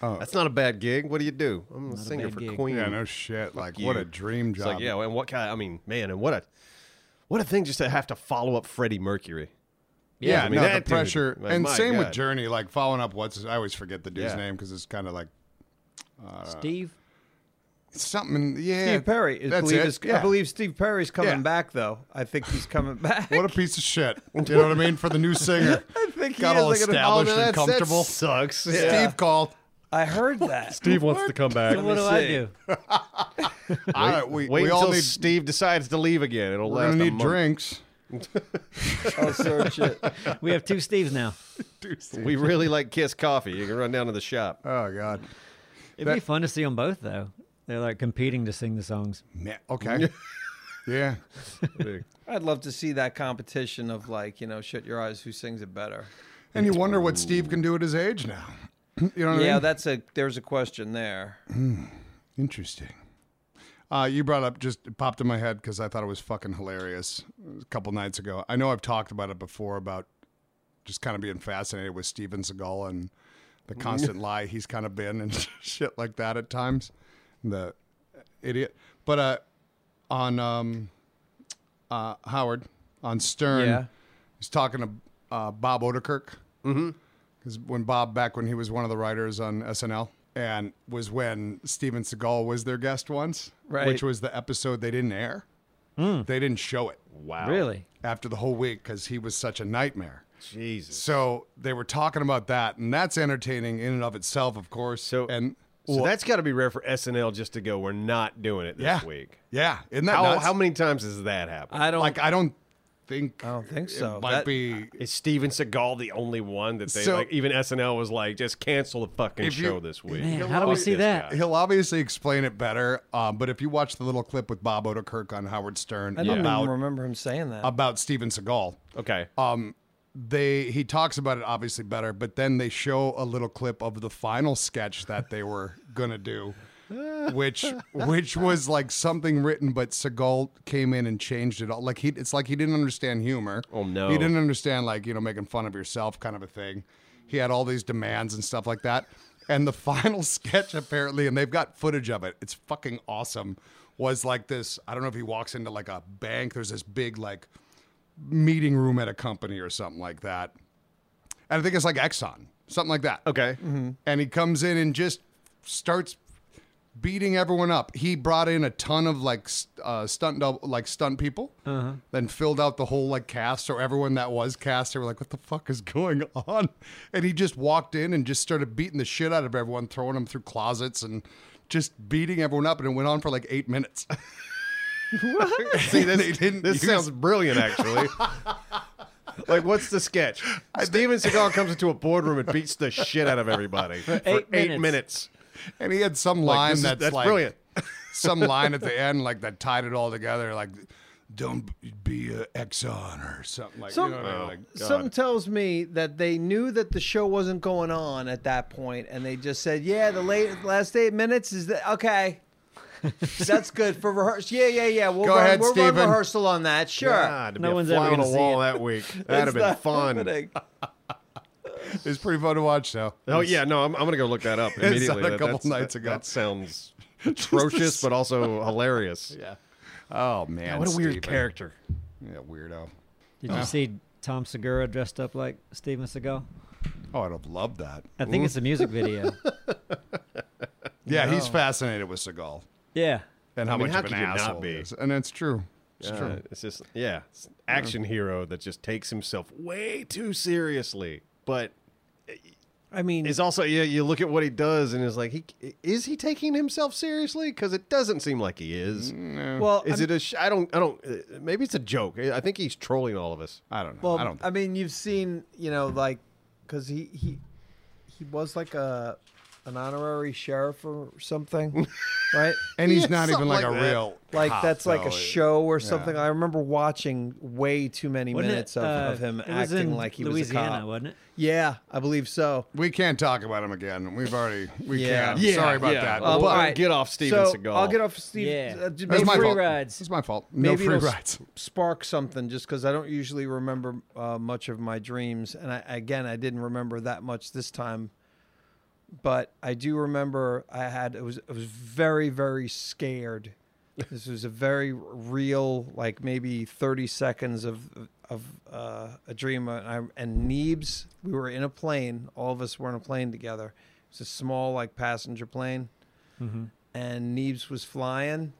[SPEAKER 2] Oh.
[SPEAKER 4] That's not a bad gig. What do you do? I'm a singer
[SPEAKER 3] bad
[SPEAKER 4] for
[SPEAKER 3] gig.
[SPEAKER 4] Queen.
[SPEAKER 2] Yeah, no shit. Like what
[SPEAKER 4] you.
[SPEAKER 2] a dream
[SPEAKER 4] It's
[SPEAKER 2] job.
[SPEAKER 4] like, yeah, and what kind? I mean, man, and what a what a thing just to have to follow up Freddie Mercury.
[SPEAKER 2] Yeah,
[SPEAKER 4] I mean,
[SPEAKER 2] no,
[SPEAKER 4] that
[SPEAKER 2] the
[SPEAKER 4] dude,
[SPEAKER 2] pressure,
[SPEAKER 4] like,
[SPEAKER 2] and
[SPEAKER 4] my
[SPEAKER 2] same with
[SPEAKER 4] God.
[SPEAKER 2] Journey. Like following up, what's I always forget the dude's
[SPEAKER 4] Yeah.
[SPEAKER 2] name because it's kind of like
[SPEAKER 3] Steve.
[SPEAKER 2] something. Yeah,
[SPEAKER 1] Steve Perry. Is,
[SPEAKER 2] That's
[SPEAKER 1] believe
[SPEAKER 2] it.
[SPEAKER 1] is-
[SPEAKER 2] yeah.
[SPEAKER 1] I believe Steve Perry's coming
[SPEAKER 2] Yeah.
[SPEAKER 1] back, though. I think he's coming back.
[SPEAKER 2] What a piece of shit. You know what I mean? For the new singer. I
[SPEAKER 1] think he
[SPEAKER 2] Got
[SPEAKER 1] is
[SPEAKER 2] all
[SPEAKER 1] like an-
[SPEAKER 2] established
[SPEAKER 4] Oh, no,
[SPEAKER 2] and
[SPEAKER 4] that's-
[SPEAKER 2] comfortable.
[SPEAKER 4] That sucks.
[SPEAKER 1] Yeah.
[SPEAKER 2] Steve called.
[SPEAKER 1] I heard that.
[SPEAKER 4] Steve wants to come back.
[SPEAKER 3] What do I do?
[SPEAKER 2] All right, we,
[SPEAKER 4] Wait
[SPEAKER 2] we
[SPEAKER 4] until
[SPEAKER 2] all need,
[SPEAKER 4] Steve decides to leave again. It'll
[SPEAKER 2] we're
[SPEAKER 4] last
[SPEAKER 2] gonna
[SPEAKER 4] a
[SPEAKER 2] need
[SPEAKER 4] month.
[SPEAKER 2] drinks.
[SPEAKER 1] I'll search it.
[SPEAKER 3] We have two Steves now.
[SPEAKER 4] We really like Kiss Coffee. You can run down to the shop.
[SPEAKER 2] Oh, God.
[SPEAKER 3] It'd be
[SPEAKER 2] That-
[SPEAKER 3] fun to see them both though. They're like competing to sing the songs.
[SPEAKER 2] Man, okay. yeah.
[SPEAKER 1] I'd love to see that competition of like, you know, shut your eyes, who sings it better?
[SPEAKER 2] And you wonder what Steve can do at his age now. You know what I
[SPEAKER 1] Yeah,
[SPEAKER 2] mean?
[SPEAKER 1] that's a there's a question there.
[SPEAKER 2] Interesting. Uh, you brought up just it popped in my head because I thought it was fucking hilarious a couple nights ago. I know I've talked about it before about just kind of being fascinated with Steven Seagal and the
[SPEAKER 1] Mm-hmm.
[SPEAKER 2] constant lie he's kind of been and shit like that at times. The idiot. But uh, on um, uh, Howard on Stern,
[SPEAKER 1] Yeah.
[SPEAKER 2] he's talking to uh, Bob Odenkirk.
[SPEAKER 1] Mm-hmm.
[SPEAKER 2] Because when Bob, back when he was one of the writers on SNL, and was when Steven Seagal was their guest once,
[SPEAKER 1] Right. Hmm.
[SPEAKER 2] which was the episode they didn't air. They didn't show it
[SPEAKER 4] Wow.
[SPEAKER 3] Really?
[SPEAKER 2] after the whole week because he was such a nightmare.
[SPEAKER 4] Jesus.
[SPEAKER 2] So they were talking about that, and that's entertaining in and of itself, of course.
[SPEAKER 4] So-
[SPEAKER 2] and
[SPEAKER 4] So that's got to be rare for SNL just to go. We're not doing it this
[SPEAKER 2] yeah,
[SPEAKER 4] week.
[SPEAKER 2] yeah, isn't that
[SPEAKER 4] How,
[SPEAKER 2] nuts?
[SPEAKER 4] how many times has that happened?
[SPEAKER 1] I don't
[SPEAKER 2] Like I don't think
[SPEAKER 1] I don't think
[SPEAKER 2] it
[SPEAKER 1] so.
[SPEAKER 2] might
[SPEAKER 1] That-
[SPEAKER 2] be
[SPEAKER 4] Is Steven Seagal the only one that they
[SPEAKER 2] So-
[SPEAKER 4] like? Even SNL was like, just cancel the fucking
[SPEAKER 2] If you-
[SPEAKER 4] show this week.
[SPEAKER 3] Man,
[SPEAKER 2] You'll
[SPEAKER 3] how do we
[SPEAKER 2] always
[SPEAKER 3] see
[SPEAKER 4] get
[SPEAKER 3] that?
[SPEAKER 4] that.
[SPEAKER 2] He'll obviously explain it better. Um, but if you watch the little clip with Bob Odenkirk on Howard Stern
[SPEAKER 1] I don't even
[SPEAKER 2] about
[SPEAKER 1] remember him saying that.
[SPEAKER 2] about Steven Seagal,
[SPEAKER 4] Okay.
[SPEAKER 2] um, they he talks about it obviously better. But then they show a little clip of the final sketch that they were gonna do, which which was like something written, but Seagal came in and changed it all. Like he, it's like he didn't understand humor.
[SPEAKER 4] Oh, no.
[SPEAKER 2] he didn't understand like you know making fun of yourself kind of a thing. He had all these demands and stuff like that. And the final sketch apparently, and they've got footage of it. It's fucking awesome. Was like this. I don't know if he walks into like a bank. There's this big like meeting room at a company or something like that. And I think it's like Exxon, something like that.
[SPEAKER 4] okay.
[SPEAKER 2] And he comes in and just starts beating everyone up. He brought in a ton of like st- uh, stunt double, like stunt people,
[SPEAKER 4] Uh-huh.
[SPEAKER 2] then filled out the whole like cast. So everyone that was cast, they were like, "What the fuck is going on?" And he just walked in and just started beating the shit out of everyone, throwing them through closets and just beating everyone up. And it went on for like eight minutes.
[SPEAKER 4] See, this,
[SPEAKER 2] didn't
[SPEAKER 4] this
[SPEAKER 2] use-
[SPEAKER 4] sounds brilliant, actually. like, what's the sketch? Steven Seagal comes into a boardroom and beats the shit out of everybody for
[SPEAKER 3] eight minutes.
[SPEAKER 2] and he had some
[SPEAKER 4] Like,
[SPEAKER 2] line
[SPEAKER 4] this is-
[SPEAKER 2] that's,
[SPEAKER 4] that's
[SPEAKER 2] like
[SPEAKER 4] brilliant.
[SPEAKER 2] some line at the end like that tied it all together. Like, don't be a Exxon or something like.
[SPEAKER 1] Some-
[SPEAKER 2] you know what I mean?
[SPEAKER 4] Oh,
[SPEAKER 2] Like,
[SPEAKER 4] God.
[SPEAKER 1] Something tells me that they knew that the show wasn't going on at that point, and they just said, "Yeah, the late, last eight minutes is the, okay. That's good for rehearsal. Yeah, yeah, yeah. We'll
[SPEAKER 2] Go
[SPEAKER 1] run,
[SPEAKER 2] ahead,
[SPEAKER 1] we'll run
[SPEAKER 2] Steven.
[SPEAKER 1] rehearsal on that. Sure.
[SPEAKER 4] God, to
[SPEAKER 3] No
[SPEAKER 4] be
[SPEAKER 3] one's
[SPEAKER 4] a fly
[SPEAKER 3] ever
[SPEAKER 4] on
[SPEAKER 3] gonna
[SPEAKER 4] a
[SPEAKER 3] see
[SPEAKER 4] wall
[SPEAKER 3] it.
[SPEAKER 4] that week. That'd have
[SPEAKER 1] It's
[SPEAKER 4] been
[SPEAKER 1] not
[SPEAKER 4] fun.
[SPEAKER 1] happening.
[SPEAKER 2] It's pretty fun to watch though.
[SPEAKER 4] Oh yeah, no, I'm, I'm gonna go look that up
[SPEAKER 2] on
[SPEAKER 4] immediately.
[SPEAKER 2] a
[SPEAKER 4] That-
[SPEAKER 2] couple
[SPEAKER 4] that's-
[SPEAKER 2] nights
[SPEAKER 4] that-
[SPEAKER 2] ago.
[SPEAKER 4] That sounds atrocious, but also hilarious.
[SPEAKER 2] Yeah. Oh man.
[SPEAKER 4] what a weird
[SPEAKER 2] Steven.
[SPEAKER 4] character.
[SPEAKER 2] Yeah, weirdo.
[SPEAKER 3] Did you see Tom Segura dressed up like Steven Seagal?
[SPEAKER 2] Oh, I'd have loved that.
[SPEAKER 3] I think it's a music video.
[SPEAKER 2] Yeah, he's fascinated with Seagal
[SPEAKER 3] yeah.
[SPEAKER 2] and how
[SPEAKER 4] Oh. I mean,
[SPEAKER 2] much
[SPEAKER 4] how
[SPEAKER 2] of an
[SPEAKER 4] could you not
[SPEAKER 2] asshole
[SPEAKER 4] be?
[SPEAKER 2] he is. And it's true. It's
[SPEAKER 4] Uh,
[SPEAKER 2] true.
[SPEAKER 4] it's just yeah, it's an action hero that just takes himself way too seriously, but
[SPEAKER 1] I mean,
[SPEAKER 4] is also yeah. You look at what he does and is like, he is he taking himself seriously? Because it doesn't seem like he is.
[SPEAKER 1] well,
[SPEAKER 4] Is
[SPEAKER 1] I'm-
[SPEAKER 4] it a? Sh- I don't. I don't. uh, Maybe it's a joke. I I think he's trolling all of us.
[SPEAKER 2] I don't know.
[SPEAKER 1] Well,
[SPEAKER 2] I don't.
[SPEAKER 1] I mean, you've seen, you know, like, because he he he was like a an honorary sheriff or something, right?
[SPEAKER 2] and he's
[SPEAKER 4] Yeah,
[SPEAKER 2] not even
[SPEAKER 4] something
[SPEAKER 2] like,
[SPEAKER 4] like
[SPEAKER 2] a
[SPEAKER 4] that.
[SPEAKER 2] real.
[SPEAKER 1] Like
[SPEAKER 2] cop,
[SPEAKER 1] that's like
[SPEAKER 2] though.
[SPEAKER 1] a show or something. I remember watching way too many
[SPEAKER 3] Wasn't it,
[SPEAKER 1] minutes of,
[SPEAKER 3] uh,
[SPEAKER 1] of him
[SPEAKER 3] it was
[SPEAKER 1] acting
[SPEAKER 3] in
[SPEAKER 1] like he
[SPEAKER 3] Louisiana,
[SPEAKER 1] was a cop.
[SPEAKER 3] wasn't it?
[SPEAKER 1] Yeah, I believe so.
[SPEAKER 2] We can't talk about him again. We've already. We
[SPEAKER 1] Yeah.
[SPEAKER 2] can't. Sorry about
[SPEAKER 4] yeah.
[SPEAKER 2] that.
[SPEAKER 4] Um,
[SPEAKER 2] but
[SPEAKER 4] all right. get off Steven
[SPEAKER 1] so
[SPEAKER 4] Seagal.
[SPEAKER 1] I'll get off Steven.
[SPEAKER 3] Yeah.
[SPEAKER 1] uh, j-
[SPEAKER 2] that's my
[SPEAKER 1] maybe-
[SPEAKER 2] fault.
[SPEAKER 3] rides.
[SPEAKER 2] It's my fault. No
[SPEAKER 1] Maybe
[SPEAKER 2] free
[SPEAKER 1] it'll s-
[SPEAKER 2] rides.
[SPEAKER 1] spark something just because I don't usually remember uh, much of my dreams. And I, again, I didn't remember that much this time. But I do remember I had, it was, I was very, very scared. this was a very real, like maybe 30 seconds of, of uh, a dream. And, I, and Neebs, we were in a plane. All of us were in a plane together. It's a small, like passenger plane.
[SPEAKER 2] Mm-hmm.
[SPEAKER 1] And Neebs was flying.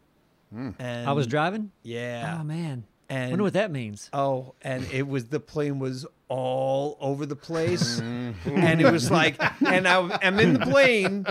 [SPEAKER 2] Hmm.
[SPEAKER 1] And
[SPEAKER 3] I was driving.
[SPEAKER 1] Yeah.
[SPEAKER 3] Oh man. I
[SPEAKER 1] And-
[SPEAKER 3] wonder what that means.
[SPEAKER 1] Oh, and it was the plane was all over the place, and it was like, and I, I'm in the plane,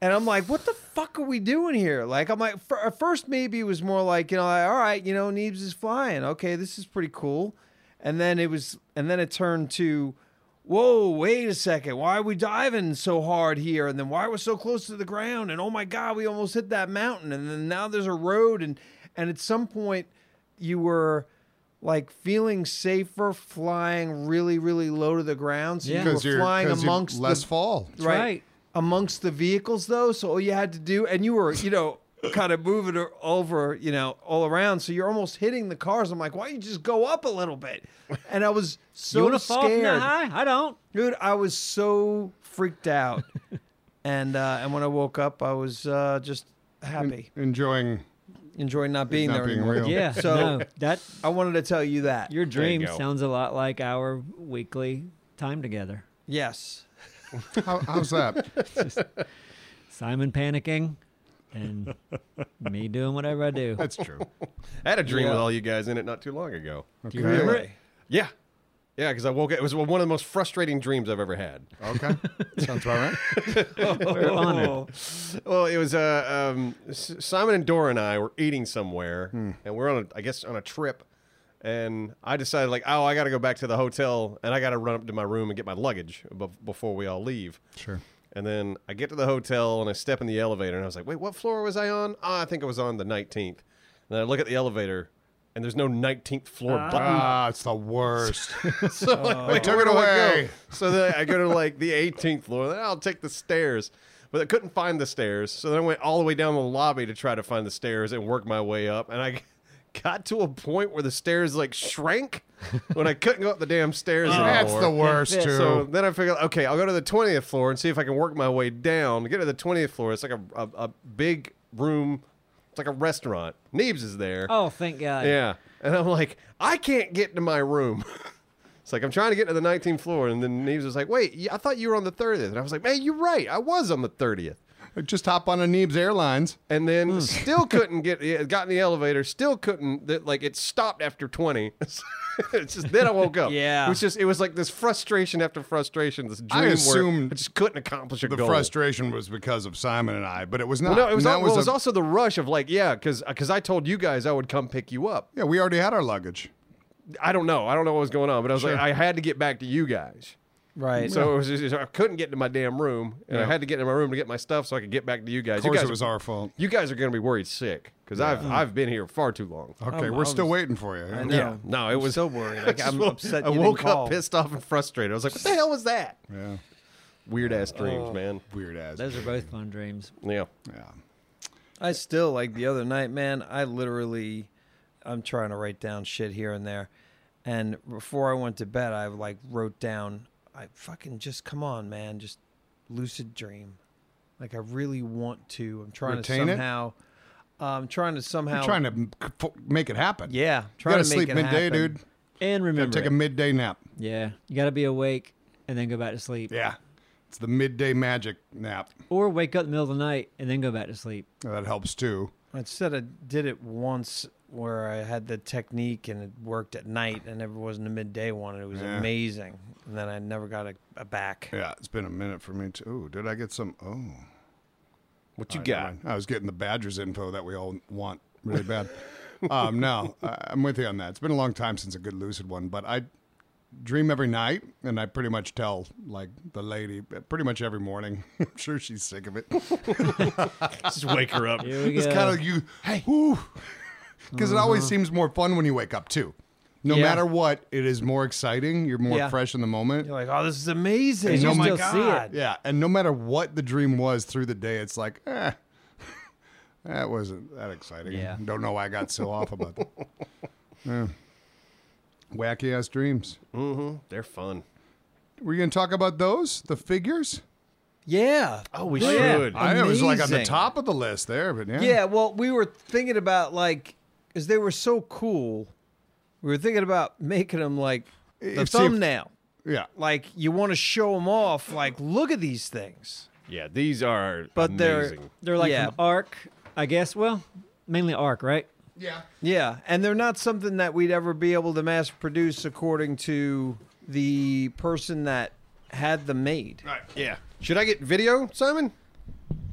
[SPEAKER 1] and I'm like, what the fuck are we doing here? Like, I'm like, fir- at first maybe it was more like, you know, like, all right, you know, Neebs is flying, okay, this is pretty cool, and then it was, and then it turned to, whoa, wait a second, why are we diving so hard here? And then why we're so close to the ground? And oh my god, we almost hit that mountain, and then now there's a road, and and at some point you were like feeling safer flying really really low to the ground so
[SPEAKER 3] Yeah.
[SPEAKER 1] you were
[SPEAKER 2] Because you're
[SPEAKER 1] flying
[SPEAKER 2] 'cause you're
[SPEAKER 1] amongst
[SPEAKER 2] less
[SPEAKER 1] the,
[SPEAKER 2] fall.
[SPEAKER 1] right,
[SPEAKER 3] right.
[SPEAKER 1] amongst the vehicles though so all you had to do and you were you know kind of moving her over you know all around so you're almost hitting the cars i'm like why don't you just go up a little bit and i was
[SPEAKER 3] you
[SPEAKER 1] so
[SPEAKER 3] wanna fall from
[SPEAKER 1] scared
[SPEAKER 3] that high? I don't.
[SPEAKER 1] dude i was so freaked out and uh and when i woke up i was uh just happy
[SPEAKER 2] Enjoying.
[SPEAKER 1] enjoying not being
[SPEAKER 2] not
[SPEAKER 1] there
[SPEAKER 2] being
[SPEAKER 1] anymore
[SPEAKER 2] real.
[SPEAKER 3] Yeah.
[SPEAKER 1] So-
[SPEAKER 3] no, that
[SPEAKER 1] i wanted to tell you that
[SPEAKER 3] your
[SPEAKER 4] you
[SPEAKER 3] dream
[SPEAKER 4] go.
[SPEAKER 3] sounds a lot like our weekly time together.
[SPEAKER 1] yes
[SPEAKER 2] How, how's that?
[SPEAKER 3] Simon panicking and me doing whatever I do.
[SPEAKER 2] That's true.
[SPEAKER 4] I had a dream
[SPEAKER 1] Yeah.
[SPEAKER 4] with all you guys in it not too long ago.
[SPEAKER 3] Do you remember it?
[SPEAKER 4] Yeah, yeah, because I woke up. It was one of the most frustrating dreams I've ever had.
[SPEAKER 2] Okay. Sounds about right.
[SPEAKER 3] We're on it.
[SPEAKER 4] Well, it was uh, um, S- Simon and Dora and I were eating somewhere, and we're on, a, I guess, on a trip. And I decided, like, oh, I got to go back to the hotel, and I got to run up to my room and get my luggage bef before we all leave.
[SPEAKER 2] Sure.
[SPEAKER 4] And then I get to the hotel, and I step in the elevator, and I was like, wait, what floor was I on? Ah, I think I was on the 19th. And I look at the elevator, and there's no 19th floor button.
[SPEAKER 2] Ah, it's the worst.
[SPEAKER 4] So I'm like, wait,
[SPEAKER 2] Uh, took
[SPEAKER 4] where
[SPEAKER 2] it
[SPEAKER 4] do I go?
[SPEAKER 2] away.
[SPEAKER 4] So then I go to like the 18th floor. Then I'll take the stairs, but I couldn't find the stairs. So then I went all the way down the lobby to try to find the stairs and work my way up. And I got to a point where the stairs like shrank when I couldn't go up the damn stairs
[SPEAKER 2] That's
[SPEAKER 4] anymore.
[SPEAKER 2] the worst,
[SPEAKER 3] Yeah,
[SPEAKER 2] too.
[SPEAKER 4] So then I figured, okay, I'll go to the 20th floor and see if I can work my way down. Get to the 20th floor. It's like a, a, a big room. It's like a restaurant. Neebs is there.
[SPEAKER 3] Oh, thank God.
[SPEAKER 4] Yeah. And I'm like, I can't get to my room. It's like, I'm trying to get to the 19th floor. And then Neves was like, wait, y- I thought you were on the 30th. And I was like, man, you're right. I was on the 30th.
[SPEAKER 2] Just hop on a Neebs Airlines.
[SPEAKER 4] and then still couldn't get yeah, got in the elevator still couldn't that like it stopped after 20 it's just then i woke up
[SPEAKER 3] Yeah.
[SPEAKER 4] it was just it was like this frustration after frustration this dream
[SPEAKER 2] I assumed
[SPEAKER 4] where i just couldn't accomplish a
[SPEAKER 2] The
[SPEAKER 4] goal
[SPEAKER 2] frustration was because of Simon and I, but it was not.
[SPEAKER 4] no it was,
[SPEAKER 2] And
[SPEAKER 4] al-
[SPEAKER 2] that
[SPEAKER 4] well, it was
[SPEAKER 2] a-
[SPEAKER 4] also the rush of like yeah because i told you guys i would come pick you up
[SPEAKER 2] Yeah, we already had our luggage.
[SPEAKER 4] i don't know i don't know what was going on but i was
[SPEAKER 2] Sure.
[SPEAKER 4] like i had to get back to you guys
[SPEAKER 1] Right.
[SPEAKER 4] so it was just, I couldn't get to my damn room, and I
[SPEAKER 2] Yeah.
[SPEAKER 4] had to get in my room to get my stuff so I could get back to you guys.
[SPEAKER 2] Of course,
[SPEAKER 4] you guys,
[SPEAKER 2] it was our fault.
[SPEAKER 4] you guys are going to be worried sick because I've I've been here far too long.
[SPEAKER 2] Okay,
[SPEAKER 1] I'm-
[SPEAKER 2] we're
[SPEAKER 1] I'm
[SPEAKER 2] still
[SPEAKER 1] just-
[SPEAKER 2] waiting for you.
[SPEAKER 1] I know.
[SPEAKER 4] Yeah. No, it
[SPEAKER 1] I'm
[SPEAKER 4] was
[SPEAKER 1] so worried. Like, I'm upset.
[SPEAKER 4] I
[SPEAKER 1] you didn't
[SPEAKER 4] woke
[SPEAKER 1] call.
[SPEAKER 4] up pissed off and frustrated. I was like, "What the hell was that?"
[SPEAKER 2] Yeah,
[SPEAKER 4] Weird ass dreams, man.
[SPEAKER 2] weird ass.
[SPEAKER 3] Those are both fun dreams.
[SPEAKER 4] Yeah.
[SPEAKER 2] yeah.
[SPEAKER 1] I still like the other night, man. I literally, I'm trying to write down shit here and there, and before I went to bed, I like wrote down, I fucking just come on, man, just lucid dream, like I really want to. I'm trying
[SPEAKER 2] Retain
[SPEAKER 1] to
[SPEAKER 2] it?
[SPEAKER 1] somehow, uh, I'm trying to somehow,
[SPEAKER 2] You're trying to m- c- f- make it happen.
[SPEAKER 1] yeah,
[SPEAKER 2] you
[SPEAKER 1] trying
[SPEAKER 2] gotta
[SPEAKER 1] to make
[SPEAKER 2] sleep
[SPEAKER 1] it
[SPEAKER 2] midday,
[SPEAKER 1] happen.
[SPEAKER 2] dude.
[SPEAKER 3] And remember,
[SPEAKER 2] Take
[SPEAKER 3] it.
[SPEAKER 2] a midday nap.
[SPEAKER 3] yeah, you got to be awake and then go back to sleep,
[SPEAKER 2] Yeah, it's the midday magic nap
[SPEAKER 3] or wake up in the middle of the night and then go back to sleep.
[SPEAKER 2] that helps too.
[SPEAKER 1] I said I did it once where I had the technique and it worked at night and it wasn't a midday one and it was
[SPEAKER 2] Yeah.
[SPEAKER 1] amazing. And then I never got a, a back.
[SPEAKER 2] Yeah, it's been a minute for me too. Ooh, did I get some? Oh,
[SPEAKER 4] What you
[SPEAKER 2] All right,
[SPEAKER 4] got?
[SPEAKER 2] never mind. I was getting the Badgers info that we all want really bad. um, no, I- I'm with you on that. It's been a long time since a good lucid one, but I dream every night, and I pretty much tell like the lady pretty much every morning. I'm sure she's sick of it.
[SPEAKER 4] Just wake her up.
[SPEAKER 3] Here we
[SPEAKER 2] It's
[SPEAKER 3] go.
[SPEAKER 2] kind of you, hey, because it always seems more fun when you wake up too. No
[SPEAKER 1] Yeah.
[SPEAKER 2] matter what, it is more exciting. You're more
[SPEAKER 1] Yeah.
[SPEAKER 2] fresh in the moment.
[SPEAKER 1] You're like, oh, this is amazing.
[SPEAKER 2] And you
[SPEAKER 1] oh my
[SPEAKER 2] still
[SPEAKER 3] see it.
[SPEAKER 1] god.
[SPEAKER 2] Yeah, and no matter what the dream was through the day, it's like, eh, that wasn't that exciting.
[SPEAKER 3] Yeah.
[SPEAKER 2] Don't know why I got so off about that. Yeah. Wacky ass dreams.
[SPEAKER 4] They're fun.
[SPEAKER 2] We're gonna talk about those, the figures.
[SPEAKER 1] Yeah.
[SPEAKER 4] Oh, we
[SPEAKER 1] yeah.
[SPEAKER 4] should.
[SPEAKER 2] I know it was like on the
[SPEAKER 1] Amazing.
[SPEAKER 2] top of the list there, but yeah,
[SPEAKER 1] Yeah, well, we were thinking about like cuz they were so cool. We were thinking about making them like the
[SPEAKER 2] If- see if-
[SPEAKER 1] thumbnail.
[SPEAKER 2] yeah.
[SPEAKER 1] like you want to show them off like look at these things.
[SPEAKER 4] Yeah, these are
[SPEAKER 1] But
[SPEAKER 4] amazing.
[SPEAKER 3] They're like
[SPEAKER 1] Yeah.
[SPEAKER 3] from Arc, I guess. Well, mainly Arc, right?
[SPEAKER 2] yeah.
[SPEAKER 1] Yeah, and they're not something that we'd ever be able to mass produce according to the person that had them made.
[SPEAKER 2] Right.
[SPEAKER 4] yeah. Should I get video, Simon?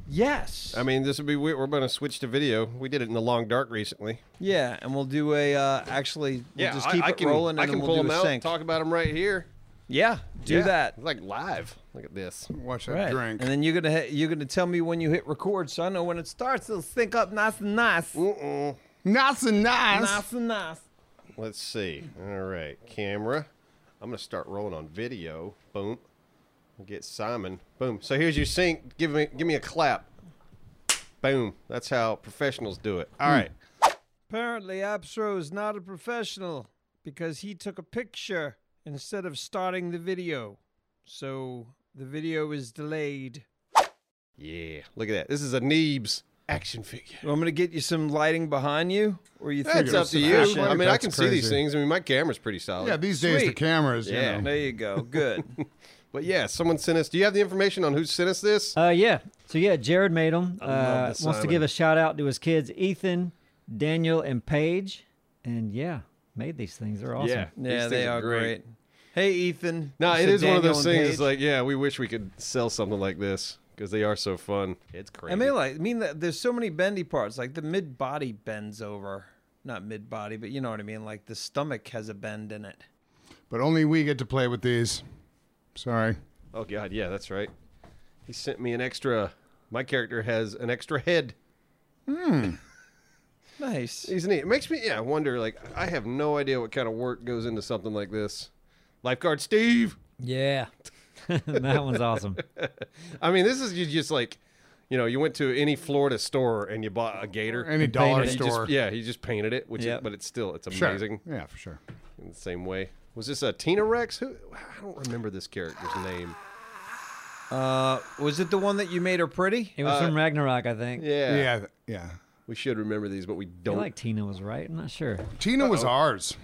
[SPEAKER 1] Yes.
[SPEAKER 4] I mean, this would be weird. We're going to switch to video. We did it in the long dark recently.
[SPEAKER 1] yeah, and we'll do a uh, actually we'll
[SPEAKER 4] yeah,
[SPEAKER 1] just
[SPEAKER 4] I-
[SPEAKER 1] keep
[SPEAKER 4] I,
[SPEAKER 1] it
[SPEAKER 4] can,
[SPEAKER 1] rolling and
[SPEAKER 4] I can
[SPEAKER 1] then
[SPEAKER 4] pull
[SPEAKER 1] we'll do
[SPEAKER 4] them
[SPEAKER 1] a
[SPEAKER 4] out.
[SPEAKER 1] sync.
[SPEAKER 4] Talk about them right here.
[SPEAKER 1] Yeah, do
[SPEAKER 4] Yeah.
[SPEAKER 1] that.
[SPEAKER 4] Like live. Look at this.
[SPEAKER 2] Watch that
[SPEAKER 1] Right.
[SPEAKER 2] drink.
[SPEAKER 1] And then you're gonna ha- you're gonna tell me when you hit record, so I know when it starts. It'll sync up nice and nice,
[SPEAKER 2] nice and nice.
[SPEAKER 1] nice and nice.
[SPEAKER 4] Let's see. All right, camera. I'm gonna start rolling on video. Boom. Get Simon. Boom. So here's your sync. Give me, give me a clap. Boom. That's how professionals do it.
[SPEAKER 2] Hmm.
[SPEAKER 4] All right.
[SPEAKER 1] Apparently, Absro is not a professional because he took a picture instead of starting the video. So the video is delayed.
[SPEAKER 4] Yeah. Look at that. This is a Neebs action figure.
[SPEAKER 1] I'm going to get you some lighting behind you, or you think
[SPEAKER 4] That's up
[SPEAKER 1] it's
[SPEAKER 4] to you.
[SPEAKER 1] sufficient?
[SPEAKER 4] I mean, I
[SPEAKER 2] That's
[SPEAKER 4] can see these
[SPEAKER 2] crazy.
[SPEAKER 4] things. I mean, my camera's pretty solid.
[SPEAKER 2] yeah, these days the
[SPEAKER 1] Sweet.
[SPEAKER 2] cameras.
[SPEAKER 4] Yeah.
[SPEAKER 2] You know.
[SPEAKER 1] There you go. Good.
[SPEAKER 4] But yeah, someone sent us. Do you have the information on who sent us this?
[SPEAKER 3] Uh, yeah. So yeah, Jared made them.
[SPEAKER 4] love
[SPEAKER 3] Uh,
[SPEAKER 4] this
[SPEAKER 3] wants to
[SPEAKER 4] Simon.
[SPEAKER 3] give a shout out to his kids, Ethan, Daniel, and Paige, and yeah, made these things. They're awesome.
[SPEAKER 4] Yeah. These
[SPEAKER 1] yeah,
[SPEAKER 4] things
[SPEAKER 1] they
[SPEAKER 4] are
[SPEAKER 1] are
[SPEAKER 4] great.
[SPEAKER 1] great. Hey, Ethan.
[SPEAKER 4] No,
[SPEAKER 1] You
[SPEAKER 4] it
[SPEAKER 1] said
[SPEAKER 4] is one of
[SPEAKER 1] Daniel
[SPEAKER 4] those
[SPEAKER 1] and
[SPEAKER 4] things.
[SPEAKER 1] Paige?
[SPEAKER 4] Like, yeah, we wish we could sell something like this because they are so fun. It's crazy.
[SPEAKER 1] I mean, like, I mean, that there's so many bendy parts. Like the mid body bends over, not mid body, but you know what I mean. Like the stomach has a bend in it.
[SPEAKER 2] But only we get to play with these. Sorry.
[SPEAKER 4] Oh God, yeah, that's right. He sent me an extra. My character has an extra head.
[SPEAKER 1] Nice.
[SPEAKER 4] He's neat. It makes me, yeah, wonder. Like, I have no idea what kind of work goes into something like this. Lifeguard Steve.
[SPEAKER 3] Yeah. that one's awesome.
[SPEAKER 4] I mean, this is you just like, you know, you went to any Florida store and you bought a gator.
[SPEAKER 2] Any dollar
[SPEAKER 4] and you just-
[SPEAKER 2] store.
[SPEAKER 4] yeah, he just painted it, which,
[SPEAKER 1] Yeah.
[SPEAKER 4] is, but it's still it's
[SPEAKER 2] Sure.
[SPEAKER 4] amazing
[SPEAKER 2] Yeah, for sure.
[SPEAKER 4] in the same way. Was this a Tina Rex? Who I don't remember this character's name.
[SPEAKER 1] Uh, was it the one that you made her pretty?
[SPEAKER 3] It was from Ragnarok, I think.
[SPEAKER 4] Yeah,
[SPEAKER 2] Yeah, yeah.
[SPEAKER 4] we should remember these, but we
[SPEAKER 3] I
[SPEAKER 4] don't.
[SPEAKER 3] feel like Tina was right. I'm not sure.
[SPEAKER 2] Tina was ours.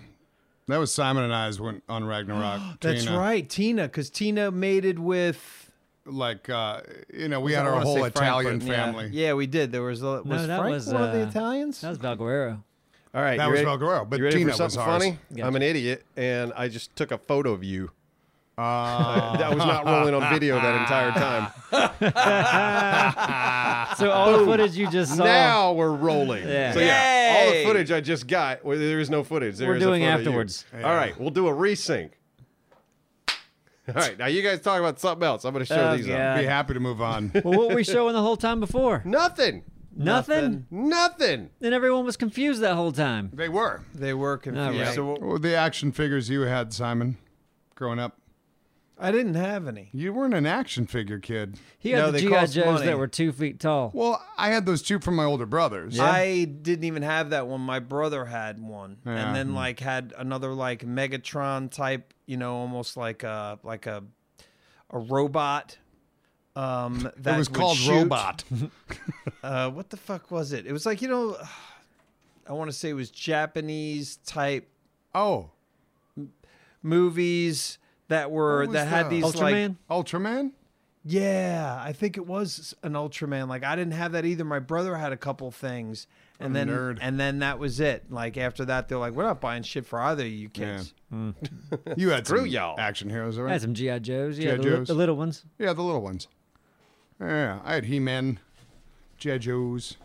[SPEAKER 2] That was Simon and I's when on Ragnarok.
[SPEAKER 1] That's
[SPEAKER 2] Tina.
[SPEAKER 1] right, Tina, because Tina mated with
[SPEAKER 2] like uh, you know, we had
[SPEAKER 1] I
[SPEAKER 2] our
[SPEAKER 1] wanna
[SPEAKER 2] whole
[SPEAKER 1] say Frank,
[SPEAKER 2] Italian
[SPEAKER 1] but- yeah.
[SPEAKER 2] family.
[SPEAKER 1] Yeah, we did. There was a, was
[SPEAKER 3] that
[SPEAKER 1] Frank
[SPEAKER 3] was,
[SPEAKER 1] one of the
[SPEAKER 3] uh,
[SPEAKER 1] Italians.
[SPEAKER 3] That was Valguero.
[SPEAKER 4] All right,
[SPEAKER 2] That
[SPEAKER 4] you
[SPEAKER 2] was
[SPEAKER 4] ready?
[SPEAKER 2] Valguero, but
[SPEAKER 4] you ready
[SPEAKER 2] Tina
[SPEAKER 4] for
[SPEAKER 2] was
[SPEAKER 4] something
[SPEAKER 2] ours.
[SPEAKER 4] funny? I'm an idiot, and I just took a photo of you.
[SPEAKER 2] Uh,
[SPEAKER 4] That was not rolling on video that entire time.
[SPEAKER 3] So all the footage you just saw.
[SPEAKER 4] Now we're rolling.
[SPEAKER 3] Yeah.
[SPEAKER 4] So yeah, all the
[SPEAKER 1] Yay!
[SPEAKER 4] footage I just got. Well, there is no footage. There
[SPEAKER 3] We're
[SPEAKER 4] is a
[SPEAKER 3] doing
[SPEAKER 4] photo of you.
[SPEAKER 3] afterwards.
[SPEAKER 4] All right, we'll do a resync. All right, now you guys talk about something else. I'm going to show
[SPEAKER 3] Oh,
[SPEAKER 4] these
[SPEAKER 3] God.
[SPEAKER 4] up.
[SPEAKER 2] be happy to move on.
[SPEAKER 3] well, what were we showing the whole time before?
[SPEAKER 4] Nothing.
[SPEAKER 3] Nothing.
[SPEAKER 4] Nothing.
[SPEAKER 3] Then everyone was confused that whole time.
[SPEAKER 2] they were
[SPEAKER 1] They were confused.
[SPEAKER 3] All right.
[SPEAKER 1] So what-
[SPEAKER 2] well, the action figures you had, Simon, growing up.
[SPEAKER 1] I didn't have any.
[SPEAKER 2] You weren't an action figure kid.
[SPEAKER 3] He
[SPEAKER 1] No,
[SPEAKER 3] had the
[SPEAKER 1] they
[SPEAKER 3] GI
[SPEAKER 1] cost
[SPEAKER 3] Joes
[SPEAKER 1] money.
[SPEAKER 3] that were two feet tall.
[SPEAKER 2] Well, I had those two from my older brothers.
[SPEAKER 1] I didn't even have that one. My brother had one,
[SPEAKER 2] Yeah. Hmm.
[SPEAKER 1] and then like had another like Megatron type, you know, almost like a like a a robot. Um, that
[SPEAKER 2] it was
[SPEAKER 1] would
[SPEAKER 2] called
[SPEAKER 1] shoot.
[SPEAKER 2] Robot.
[SPEAKER 1] Uh, what the fuck was it? It was like you know, I want to say it was Japanese type
[SPEAKER 2] oh,
[SPEAKER 1] movies that were
[SPEAKER 2] What was
[SPEAKER 1] that had
[SPEAKER 2] that?
[SPEAKER 1] these like
[SPEAKER 3] Ultraman.
[SPEAKER 2] Ultraman.
[SPEAKER 1] Yeah, I think it was an Ultraman. Like I didn't have that either. My brother had a couple things, and
[SPEAKER 2] a
[SPEAKER 1] then
[SPEAKER 2] nerd.
[SPEAKER 1] and then that was it. Like after that, they're like, "We're not buying shit for either of you kids."
[SPEAKER 2] You had
[SPEAKER 4] Screw
[SPEAKER 2] some
[SPEAKER 4] y'all.
[SPEAKER 2] action heroes,
[SPEAKER 3] I
[SPEAKER 2] right?
[SPEAKER 3] had some GI Joes. Yeah,
[SPEAKER 2] G.I.
[SPEAKER 3] the, li-
[SPEAKER 2] Joes.
[SPEAKER 3] the little ones.
[SPEAKER 2] Yeah, the little ones. Yeah, I had He-Man, G.I. Joes.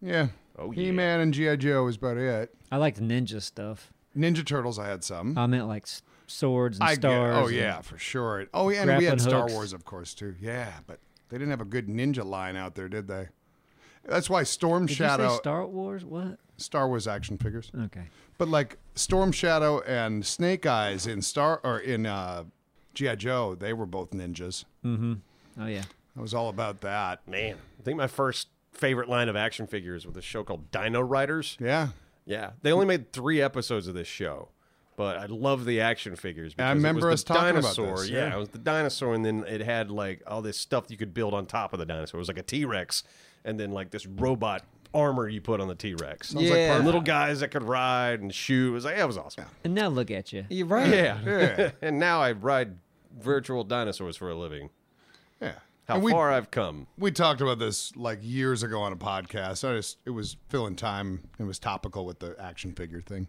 [SPEAKER 2] Yeah.
[SPEAKER 4] Oh, yeah.
[SPEAKER 2] He-Man and G.I. Joe was about it.
[SPEAKER 3] I liked ninja stuff.
[SPEAKER 2] Ninja Turtles, I had some.
[SPEAKER 3] I meant like s- swords and
[SPEAKER 2] I get-
[SPEAKER 3] Um, stars.
[SPEAKER 2] oh
[SPEAKER 3] and-
[SPEAKER 2] yeah, for sure. Oh yeah, and we had
[SPEAKER 3] grappling
[SPEAKER 2] Star
[SPEAKER 3] hooks.
[SPEAKER 2] Wars, of course, too. Yeah, but they didn't have a good ninja line out there, did they? That's why Storm
[SPEAKER 3] Did you
[SPEAKER 2] Shadow,
[SPEAKER 3] say Star Oh. Wars? What?
[SPEAKER 2] Star Wars action figures,
[SPEAKER 3] Okay.
[SPEAKER 2] but like Storm Shadow and Snake Eyes in Star or in uh, GI Joe, they were both ninjas.
[SPEAKER 3] Oh yeah.
[SPEAKER 2] I was all about that.
[SPEAKER 4] Man, I think my first favorite line of action figures was a show called Dino Riders.
[SPEAKER 2] Yeah,
[SPEAKER 4] Yeah, they only made three episodes of this show, but I love the action figures. Because
[SPEAKER 2] I remember us
[SPEAKER 4] it was the
[SPEAKER 2] talking about
[SPEAKER 4] dinosaur.
[SPEAKER 2] this,
[SPEAKER 4] Yeah.
[SPEAKER 2] yeah.
[SPEAKER 4] it was the dinosaur, and then it had like all this stuff you could build on top of the dinosaur. It was like a T Rex, and then like this robot armor you put on the T Rex.
[SPEAKER 1] Sounds like Yeah. part-
[SPEAKER 4] little guys that could ride and shoot. It was like yeah, it was awesome.
[SPEAKER 3] And now look at you.
[SPEAKER 1] You're right.
[SPEAKER 4] Yeah,
[SPEAKER 2] Yeah.
[SPEAKER 4] and now I ride virtual dinosaurs for a living.
[SPEAKER 2] yeah.
[SPEAKER 4] How
[SPEAKER 2] and we,
[SPEAKER 4] far I've come.
[SPEAKER 2] we talked about this like years ago on a podcast. I just it was filling time. It was topical with the action figure thing.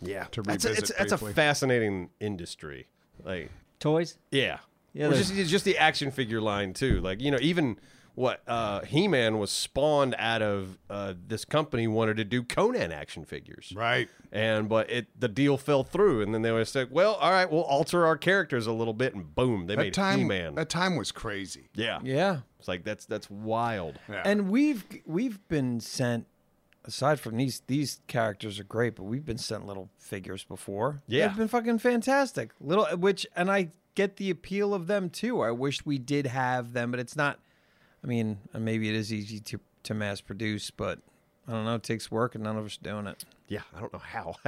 [SPEAKER 4] Yeah,
[SPEAKER 2] to
[SPEAKER 4] that's a,
[SPEAKER 2] revisit
[SPEAKER 4] it's- that's a
[SPEAKER 2] briefly.
[SPEAKER 4] fascinating industry. Like
[SPEAKER 3] Toys.
[SPEAKER 4] Yeah.
[SPEAKER 3] Yeah,
[SPEAKER 4] Well,
[SPEAKER 3] they're-
[SPEAKER 4] just, it's just the action figure line too. Like you know, even what uh, He Man was spawned out of uh, this company wanted to do Conan action figures,
[SPEAKER 2] Right.
[SPEAKER 4] And but it the deal fell through, and then they was like, "Well, all right, we'll alter our characters a little bit," and boom, they
[SPEAKER 2] That
[SPEAKER 4] made
[SPEAKER 2] time,
[SPEAKER 4] He Man.
[SPEAKER 2] that time was crazy.
[SPEAKER 4] Yeah,
[SPEAKER 1] yeah.
[SPEAKER 4] It's like that's that's wild.
[SPEAKER 2] Yeah.
[SPEAKER 1] And we've we've been sent. Aside from these, these characters are great, but we've been sent little figures before.
[SPEAKER 4] Yeah.
[SPEAKER 1] they've been fucking fantastic. Little, which, and I get the appeal of them too. I wish we did have them, but it's not. I mean, maybe it is easy to to mass produce, but I don't know. It takes work, and none of us are doing it.
[SPEAKER 4] Yeah, I don't know how.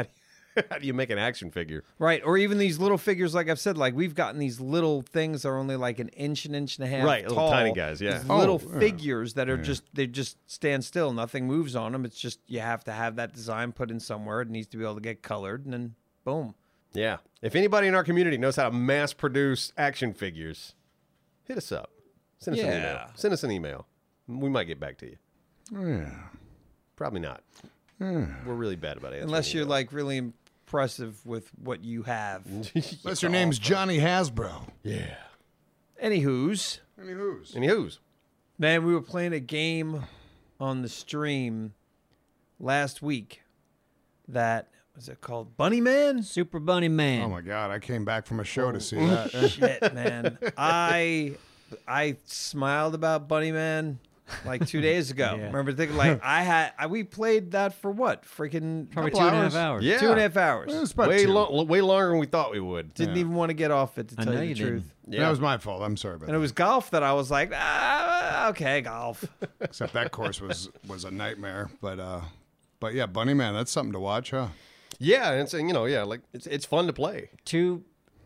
[SPEAKER 4] How do you, how do you make an action figure?
[SPEAKER 1] Right, or even these little figures, like I've said, like we've gotten these little things that are only like an inch, an inch and a half,
[SPEAKER 4] Right, little
[SPEAKER 1] tall.
[SPEAKER 4] tiny guys, yeah.
[SPEAKER 1] These
[SPEAKER 2] Oh,
[SPEAKER 1] little
[SPEAKER 2] yeah.
[SPEAKER 1] figures that are just they just stand still, nothing moves on them. It's just you have to have that design put in somewhere. It needs to be able to get colored, and then boom.
[SPEAKER 4] Yeah. If anybody in our community knows how to mass produce action figures, hit us up. Send us an email.
[SPEAKER 1] Yeah.
[SPEAKER 4] Send us an email. We might get back to you.
[SPEAKER 2] yeah.
[SPEAKER 4] Probably not. We're really bad about answering.
[SPEAKER 1] Unless you're like really impressive with what you have.
[SPEAKER 2] Unless your name's Johnny Hasbro.
[SPEAKER 4] yeah.
[SPEAKER 1] Anywho's,
[SPEAKER 2] Any who's?
[SPEAKER 4] Any who's?
[SPEAKER 1] man, we were playing a game on the stream last week. That was it called Bunny Man.
[SPEAKER 3] Super Bunny Man.
[SPEAKER 2] Oh my God! I came back from a show
[SPEAKER 4] Oh.
[SPEAKER 2] to see that.
[SPEAKER 1] shit, man. I I smiled about Bunny Man like two days ago. Remember thinking like I had I, we played that for what freaking
[SPEAKER 3] Probably two
[SPEAKER 1] couple
[SPEAKER 3] and a half
[SPEAKER 1] hours?
[SPEAKER 3] hours.
[SPEAKER 4] Yeah.
[SPEAKER 1] two and a half hours.
[SPEAKER 2] It was about
[SPEAKER 4] Way,
[SPEAKER 2] two.
[SPEAKER 4] lo- way longer than we thought we would.
[SPEAKER 1] Didn't even want to get off it to
[SPEAKER 3] I
[SPEAKER 1] tell
[SPEAKER 3] know
[SPEAKER 1] you
[SPEAKER 3] you
[SPEAKER 1] the truth.
[SPEAKER 3] didn't.
[SPEAKER 4] Yeah.
[SPEAKER 2] That was my fault. I'm sorry about
[SPEAKER 1] And it
[SPEAKER 2] that.
[SPEAKER 1] was golf that I was like, ah, okay, golf.
[SPEAKER 2] Except that course was was a nightmare. But uh, but yeah, Bunny Man, that's something to watch, huh?
[SPEAKER 4] yeah. And it's, you know, yeah, like it's, it's fun to play.
[SPEAKER 3] Two.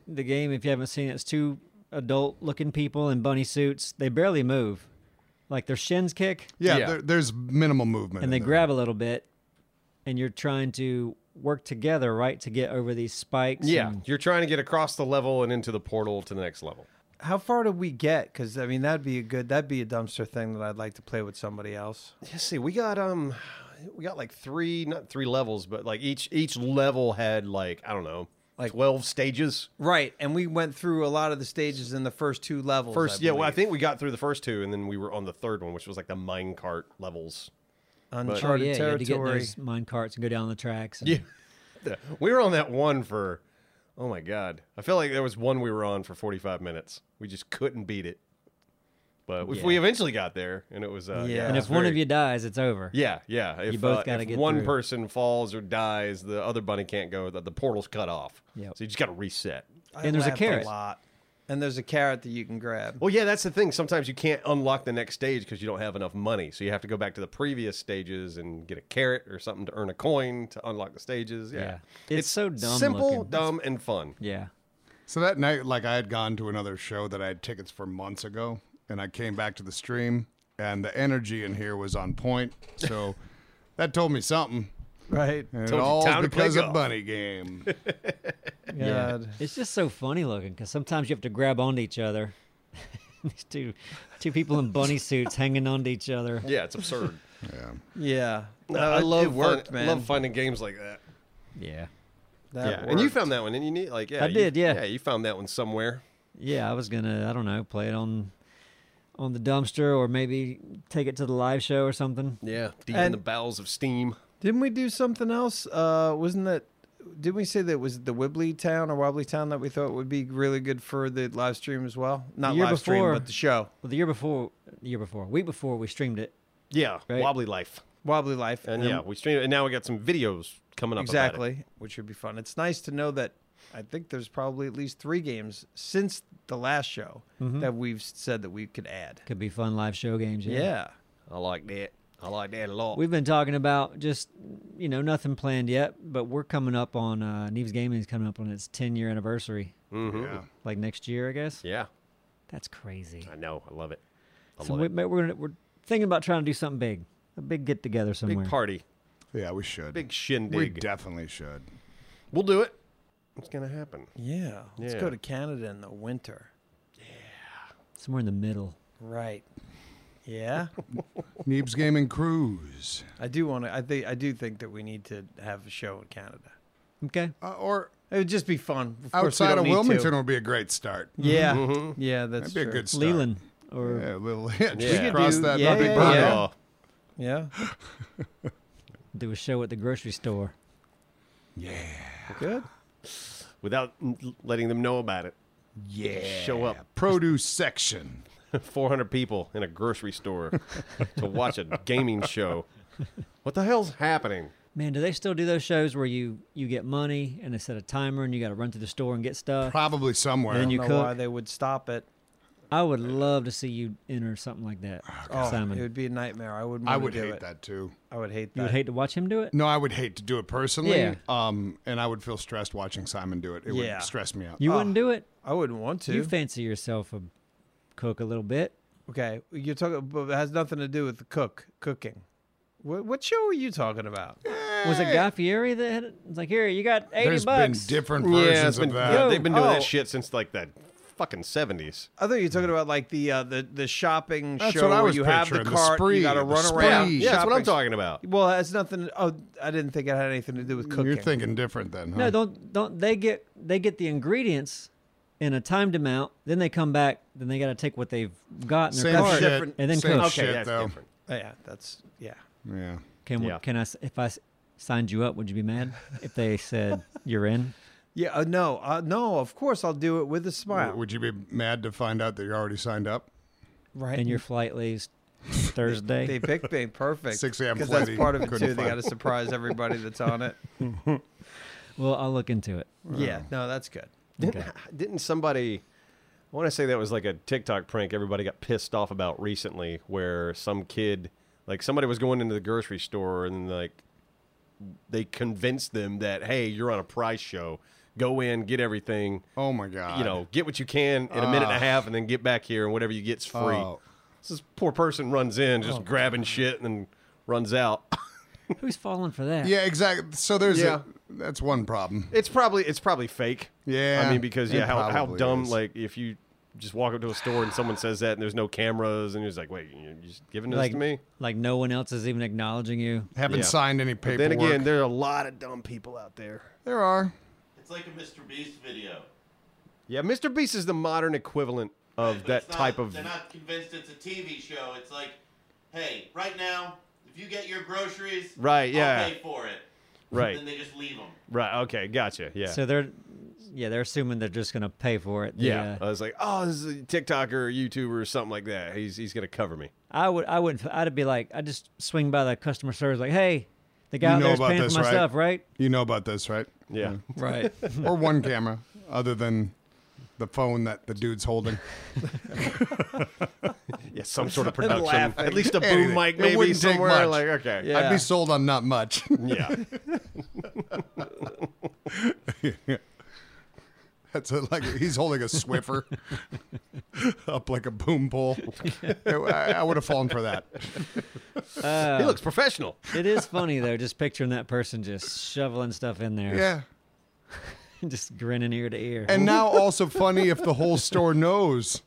[SPEAKER 3] The game, if you haven't seen it, it's two adult-looking people in bunny suits. They barely move. Like their shins kick,
[SPEAKER 2] Yeah,
[SPEAKER 4] Yeah.
[SPEAKER 2] There, there's minimal movement.
[SPEAKER 3] and
[SPEAKER 2] in
[SPEAKER 3] they
[SPEAKER 2] there.
[SPEAKER 3] grab a little bit, and you're trying to work together, right, to get over these spikes.
[SPEAKER 4] Yeah.
[SPEAKER 3] and-
[SPEAKER 4] You're trying to get across the level and into the portal to the next level.
[SPEAKER 1] How far do we get? Because I mean, that'd be a good, that'd be a dumpster thing that I'd like to play with somebody else.
[SPEAKER 4] Let's see, we got um, we got like three, not three levels, but like each each level had like I don't know, like
[SPEAKER 1] Like-
[SPEAKER 4] twelve stages.
[SPEAKER 1] Right, and we went through a lot of the stages in the first two levels.
[SPEAKER 4] First, yeah, well, I
[SPEAKER 1] believe.
[SPEAKER 4] think we got through the first two, and then we were on the third one, which was like the minecart levels.
[SPEAKER 3] Oh
[SPEAKER 1] uncharted
[SPEAKER 3] yeah, you had to get in
[SPEAKER 1] territory.
[SPEAKER 3] those mine carts and go down the tracks. And,
[SPEAKER 4] Yeah. We were on that one for, oh my God. I feel like there was one we were on for 45 minutes. We just couldn't beat it. But we, we
[SPEAKER 3] Yeah.
[SPEAKER 4] eventually got there, and it was, uh, yeah.
[SPEAKER 1] Yeah.
[SPEAKER 3] And
[SPEAKER 4] it
[SPEAKER 3] if
[SPEAKER 4] was
[SPEAKER 3] one of
[SPEAKER 4] very-
[SPEAKER 3] you dies, it's over.
[SPEAKER 4] Yeah, yeah. If,
[SPEAKER 3] both
[SPEAKER 4] uh,
[SPEAKER 3] gotta
[SPEAKER 4] if
[SPEAKER 3] get
[SPEAKER 4] one
[SPEAKER 3] through.
[SPEAKER 4] person falls or dies, the other bunny can't go. The, the portal's cut off.
[SPEAKER 3] Yep.
[SPEAKER 4] So you just got to reset.
[SPEAKER 1] I
[SPEAKER 3] And there's a
[SPEAKER 1] laughed
[SPEAKER 3] carrot.
[SPEAKER 1] lot. And there's a carrot that you can grab.
[SPEAKER 4] Well, yeah, that's the thing. Sometimes you can't unlock the next stage because you don't have enough money. So you have to go back to the previous stages and get a carrot or something to earn a coin to unlock the stages. Yeah.
[SPEAKER 3] Yeah. It's so dumb
[SPEAKER 4] Simple,
[SPEAKER 3] looking.
[SPEAKER 4] dumb, and fun.
[SPEAKER 3] Yeah.
[SPEAKER 2] So that night, like I had gone to another show that I had tickets for months ago, and I came back to the stream, and the energy in here was on point. So that told me something.
[SPEAKER 1] Right.
[SPEAKER 2] And it
[SPEAKER 4] Told you
[SPEAKER 2] all
[SPEAKER 4] time to play
[SPEAKER 2] because of
[SPEAKER 4] golf.
[SPEAKER 2] Bunny Game.
[SPEAKER 1] God.
[SPEAKER 3] It's just so funny looking because sometimes you have to grab onto each other. These two, two people in bunny suits hanging onto each other.
[SPEAKER 4] Yeah, it's absurd.
[SPEAKER 2] yeah.
[SPEAKER 1] Yeah. No,
[SPEAKER 4] I
[SPEAKER 1] it-
[SPEAKER 4] love
[SPEAKER 1] it worked,
[SPEAKER 4] fun-
[SPEAKER 1] man.
[SPEAKER 4] Love finding games like that.
[SPEAKER 3] Yeah.
[SPEAKER 1] That
[SPEAKER 4] and you
[SPEAKER 1] worked.
[SPEAKER 4] found that one, and you need like yeah,
[SPEAKER 3] I
[SPEAKER 4] you-
[SPEAKER 3] did, yeah.
[SPEAKER 4] yeah. You found that one somewhere.
[SPEAKER 3] Yeah, I was gonna, I don't know, play it on on the dumpster or maybe take it to the live show or something.
[SPEAKER 4] Yeah, deep in
[SPEAKER 1] And-
[SPEAKER 4] the bowels of Steam.
[SPEAKER 1] Didn't we do something else? Uh, wasn't that? Didn't we say that was the Wibbly Town or Wobbly Town that we thought would be really good for the live stream as well? Not
[SPEAKER 3] The year
[SPEAKER 1] live stream,
[SPEAKER 3] before.
[SPEAKER 1] but the show
[SPEAKER 3] Well, the year before, the year before, week before, we streamed it.
[SPEAKER 4] Yeah,
[SPEAKER 3] Right.
[SPEAKER 4] Wobbly Life,
[SPEAKER 1] Wobbly Life.
[SPEAKER 4] and yeah, we streamed, it, and now we got some videos coming up. about it.
[SPEAKER 1] exactly, which would be fun. It's nice to know that. I think there's probably at least three games since the last show that we've said that we could add.
[SPEAKER 3] Could be fun live show games.
[SPEAKER 1] Yeah.
[SPEAKER 4] I like that. I like that a lot.
[SPEAKER 3] We've been talking about just, you know, nothing planned yet, but we're coming up on, uh, Neves Gaming is coming up on its 10 year anniversary,
[SPEAKER 1] Mm-hmm.
[SPEAKER 4] Mhm.
[SPEAKER 2] Yeah.
[SPEAKER 3] like next year, I guess.
[SPEAKER 4] Yeah,
[SPEAKER 3] That's crazy.
[SPEAKER 4] I know. I love it. I
[SPEAKER 3] So
[SPEAKER 4] love
[SPEAKER 3] we,
[SPEAKER 4] it.
[SPEAKER 3] may- we're, gonna, we're thinking about trying to do something big, a big get together somewhere.
[SPEAKER 4] Big party,
[SPEAKER 2] Yeah, we should.
[SPEAKER 4] big
[SPEAKER 2] we
[SPEAKER 4] shindig.
[SPEAKER 2] definitely should.
[SPEAKER 4] we'll do it. It's gonna happen.
[SPEAKER 1] Yeah. Let's
[SPEAKER 4] Yeah.
[SPEAKER 1] go to Canada in the winter.
[SPEAKER 3] Somewhere in the middle.
[SPEAKER 1] Right. Yeah.
[SPEAKER 2] Neebs Gaming Cruise.
[SPEAKER 1] I do want to. I think I do think that we need to have a show in Canada.
[SPEAKER 3] Okay.
[SPEAKER 2] Uh, or
[SPEAKER 1] It would just be fun. Of course, we
[SPEAKER 2] outside
[SPEAKER 1] don't
[SPEAKER 2] of
[SPEAKER 1] need to.
[SPEAKER 2] Wilmington would be a great start.
[SPEAKER 1] Yeah,
[SPEAKER 3] Mm-hmm.
[SPEAKER 1] yeah, that's
[SPEAKER 2] That'd be
[SPEAKER 1] true.
[SPEAKER 2] a good start.
[SPEAKER 3] Leland or
[SPEAKER 2] Yeah, a little yeah,
[SPEAKER 4] We could
[SPEAKER 2] just cross
[SPEAKER 1] do-
[SPEAKER 2] that
[SPEAKER 1] yeah,
[SPEAKER 2] big
[SPEAKER 1] yeah,
[SPEAKER 2] burn
[SPEAKER 1] yeah.
[SPEAKER 2] off.
[SPEAKER 1] Yeah,
[SPEAKER 3] do a show at the grocery store.
[SPEAKER 1] good.
[SPEAKER 4] Without n- letting them know about it.
[SPEAKER 2] Yeah.
[SPEAKER 4] Show up.
[SPEAKER 2] Produce section.
[SPEAKER 4] 400 people in a grocery store to watch a gaming show. What the hell's happening?
[SPEAKER 3] Man, do they still do those shows where you you get money and they set a timer and you got to run to the store and get stuff?
[SPEAKER 2] Probably somewhere.
[SPEAKER 3] And
[SPEAKER 1] I
[SPEAKER 3] you
[SPEAKER 1] don't know
[SPEAKER 3] cook?
[SPEAKER 1] why they would stop it.
[SPEAKER 3] I would love to see you enter something like that,
[SPEAKER 1] Oh,
[SPEAKER 3] Simon.
[SPEAKER 1] it would be a nightmare. I wouldn't.
[SPEAKER 2] I
[SPEAKER 1] wanna
[SPEAKER 2] would
[SPEAKER 1] do
[SPEAKER 2] hate
[SPEAKER 1] it.
[SPEAKER 2] that too.
[SPEAKER 1] I would hate that.
[SPEAKER 3] you would hate to watch him do it.
[SPEAKER 2] No, I would hate to do it personally.
[SPEAKER 3] Yeah.
[SPEAKER 2] Um, and I would feel stressed watching Simon do it. It
[SPEAKER 1] Yeah.
[SPEAKER 2] would stress me out.
[SPEAKER 3] You
[SPEAKER 1] Oh,
[SPEAKER 3] wouldn't do it.
[SPEAKER 1] I wouldn't want to.
[SPEAKER 3] You fancy yourself a cook a little bit.
[SPEAKER 1] okay, you're talking, but it has nothing to do with the cook cooking. What, what show are you talking about?
[SPEAKER 3] Was it Guy Fieri that had it? It's like here you got eighty
[SPEAKER 2] There's
[SPEAKER 3] bucks?
[SPEAKER 2] been different
[SPEAKER 4] yeah,
[SPEAKER 2] versions
[SPEAKER 4] it's been,
[SPEAKER 2] of that.
[SPEAKER 4] yeah, they've been doing
[SPEAKER 1] Oh.
[SPEAKER 4] that shit since like the fucking 70s.
[SPEAKER 1] I thought you were talking about like the uh, the the shopping
[SPEAKER 2] That's
[SPEAKER 1] show
[SPEAKER 2] what I
[SPEAKER 1] where
[SPEAKER 2] was
[SPEAKER 1] you have the
[SPEAKER 2] picturing, the
[SPEAKER 1] cart,
[SPEAKER 2] spree,
[SPEAKER 1] you got to
[SPEAKER 2] the
[SPEAKER 1] run
[SPEAKER 2] spree.
[SPEAKER 1] around.
[SPEAKER 2] Yeah,
[SPEAKER 4] Yeah, that's what I'm
[SPEAKER 1] shopping.
[SPEAKER 4] talking about.
[SPEAKER 1] Well, that's nothing. Oh, I didn't think it had anything to do with cooking.
[SPEAKER 2] You're thinking different then, huh?
[SPEAKER 3] No, don't don't. They get they get the ingredients in a timed amount. Then they come back. Then they got to take what they've got in their
[SPEAKER 2] Same
[SPEAKER 3] cart.
[SPEAKER 2] shit.
[SPEAKER 1] different-
[SPEAKER 3] and then
[SPEAKER 2] same
[SPEAKER 3] cook.
[SPEAKER 4] Okay,
[SPEAKER 2] shit
[SPEAKER 4] that's
[SPEAKER 2] though.
[SPEAKER 4] different.
[SPEAKER 1] Oh, yeah, that's yeah.
[SPEAKER 2] Yeah.
[SPEAKER 3] Can
[SPEAKER 4] Yeah.
[SPEAKER 3] can I s- if I s- signed you up? Would you be mad if they said you're in?
[SPEAKER 1] Yeah, uh, no, uh, no. Of course, I'll do it with a smile.
[SPEAKER 2] W- Would you be mad to find out that you're already signed up?
[SPEAKER 1] right,
[SPEAKER 3] And your flight leaves Thursday.
[SPEAKER 1] they picked me perfect.
[SPEAKER 2] 6 a.m.
[SPEAKER 1] because that's
[SPEAKER 2] flight,
[SPEAKER 1] part of it
[SPEAKER 2] couldn't
[SPEAKER 1] too. They
[SPEAKER 2] fly.
[SPEAKER 1] got to surprise everybody that's on it.
[SPEAKER 3] well, I'll look into it.
[SPEAKER 1] Yeah, no, that's good.
[SPEAKER 4] Didn't, didn't somebody, I want to say that was like a TikTok prank everybody got pissed off about recently where some kid, like somebody was going into the grocery store and like they convinced them that, hey, you're on a price show. Go in, get everything.
[SPEAKER 2] Oh my god. Ah.
[SPEAKER 4] you know, get what you can in a minute and a half, and then get back here, and whatever you get's free.
[SPEAKER 2] Oh.
[SPEAKER 4] So this poor person runs in, just grabbing shit, and then runs out.
[SPEAKER 3] Who's falling for that?
[SPEAKER 2] Yeah, exactly. So there's
[SPEAKER 4] Yeah.
[SPEAKER 2] a, that's one problem.
[SPEAKER 4] It's probably it's probably fake.
[SPEAKER 2] Yeah,
[SPEAKER 4] I mean because
[SPEAKER 2] it
[SPEAKER 4] yeah, how, how
[SPEAKER 2] probably
[SPEAKER 4] dumb
[SPEAKER 2] is.
[SPEAKER 4] like if you just walk up to a store and someone says that and there's no cameras and he's like, wait, you're just giving this
[SPEAKER 3] like
[SPEAKER 4] to me?
[SPEAKER 3] like no one else is even acknowledging you.
[SPEAKER 2] Haven't
[SPEAKER 4] Yeah.
[SPEAKER 2] signed any paperwork.
[SPEAKER 4] Then again, there are a lot of dumb people out there.
[SPEAKER 2] there are.
[SPEAKER 5] It's like a Mr. Beast video.
[SPEAKER 4] Yeah, Mr. Beast is the modern equivalent of
[SPEAKER 5] But
[SPEAKER 4] that
[SPEAKER 5] it's not-
[SPEAKER 4] type of.
[SPEAKER 5] They're not convinced it's a TV show. It's like, hey, right now, if you get your groceries,
[SPEAKER 4] Right, yeah.
[SPEAKER 5] I'll pay for it.
[SPEAKER 4] Right.
[SPEAKER 5] Then they just leave them.
[SPEAKER 4] Right. Okay. Gotcha. Yeah.
[SPEAKER 3] So they're yeah they're assuming they're just gonna pay for it. The,
[SPEAKER 4] yeah.
[SPEAKER 3] uh,
[SPEAKER 4] I was like, oh, this is a TikToker or YouTuber or something like that. He's he's gonna cover me.
[SPEAKER 3] I would I would I'd be like I would just swing by the customer service like hey the guy
[SPEAKER 2] You
[SPEAKER 3] out
[SPEAKER 2] know
[SPEAKER 3] there's
[SPEAKER 2] about
[SPEAKER 3] paying
[SPEAKER 2] this,
[SPEAKER 3] for my
[SPEAKER 2] right?
[SPEAKER 3] stuff right
[SPEAKER 2] You know about this, right?
[SPEAKER 4] Yeah.
[SPEAKER 3] right
[SPEAKER 2] or one camera, other than the phone that the dude's holding.
[SPEAKER 4] Yeah. Some sort of production.
[SPEAKER 1] laughing.
[SPEAKER 4] At least a boom
[SPEAKER 2] Anything.
[SPEAKER 4] mic
[SPEAKER 2] It
[SPEAKER 4] maybe
[SPEAKER 2] wouldn't take
[SPEAKER 4] somewhere.
[SPEAKER 2] much.
[SPEAKER 4] Like okay.
[SPEAKER 3] Yeah.
[SPEAKER 2] I'd be sold on not much.
[SPEAKER 4] Yeah.
[SPEAKER 2] That's a, like he's holding a Swiffer up like a boom pole. I, I would have fallen for that.
[SPEAKER 4] he looks professional.
[SPEAKER 3] Uh, it is funny though just picturing that person just shoveling stuff in there
[SPEAKER 2] Yeah.
[SPEAKER 3] just grinning ear to ear
[SPEAKER 2] And now also funny if the whole store knows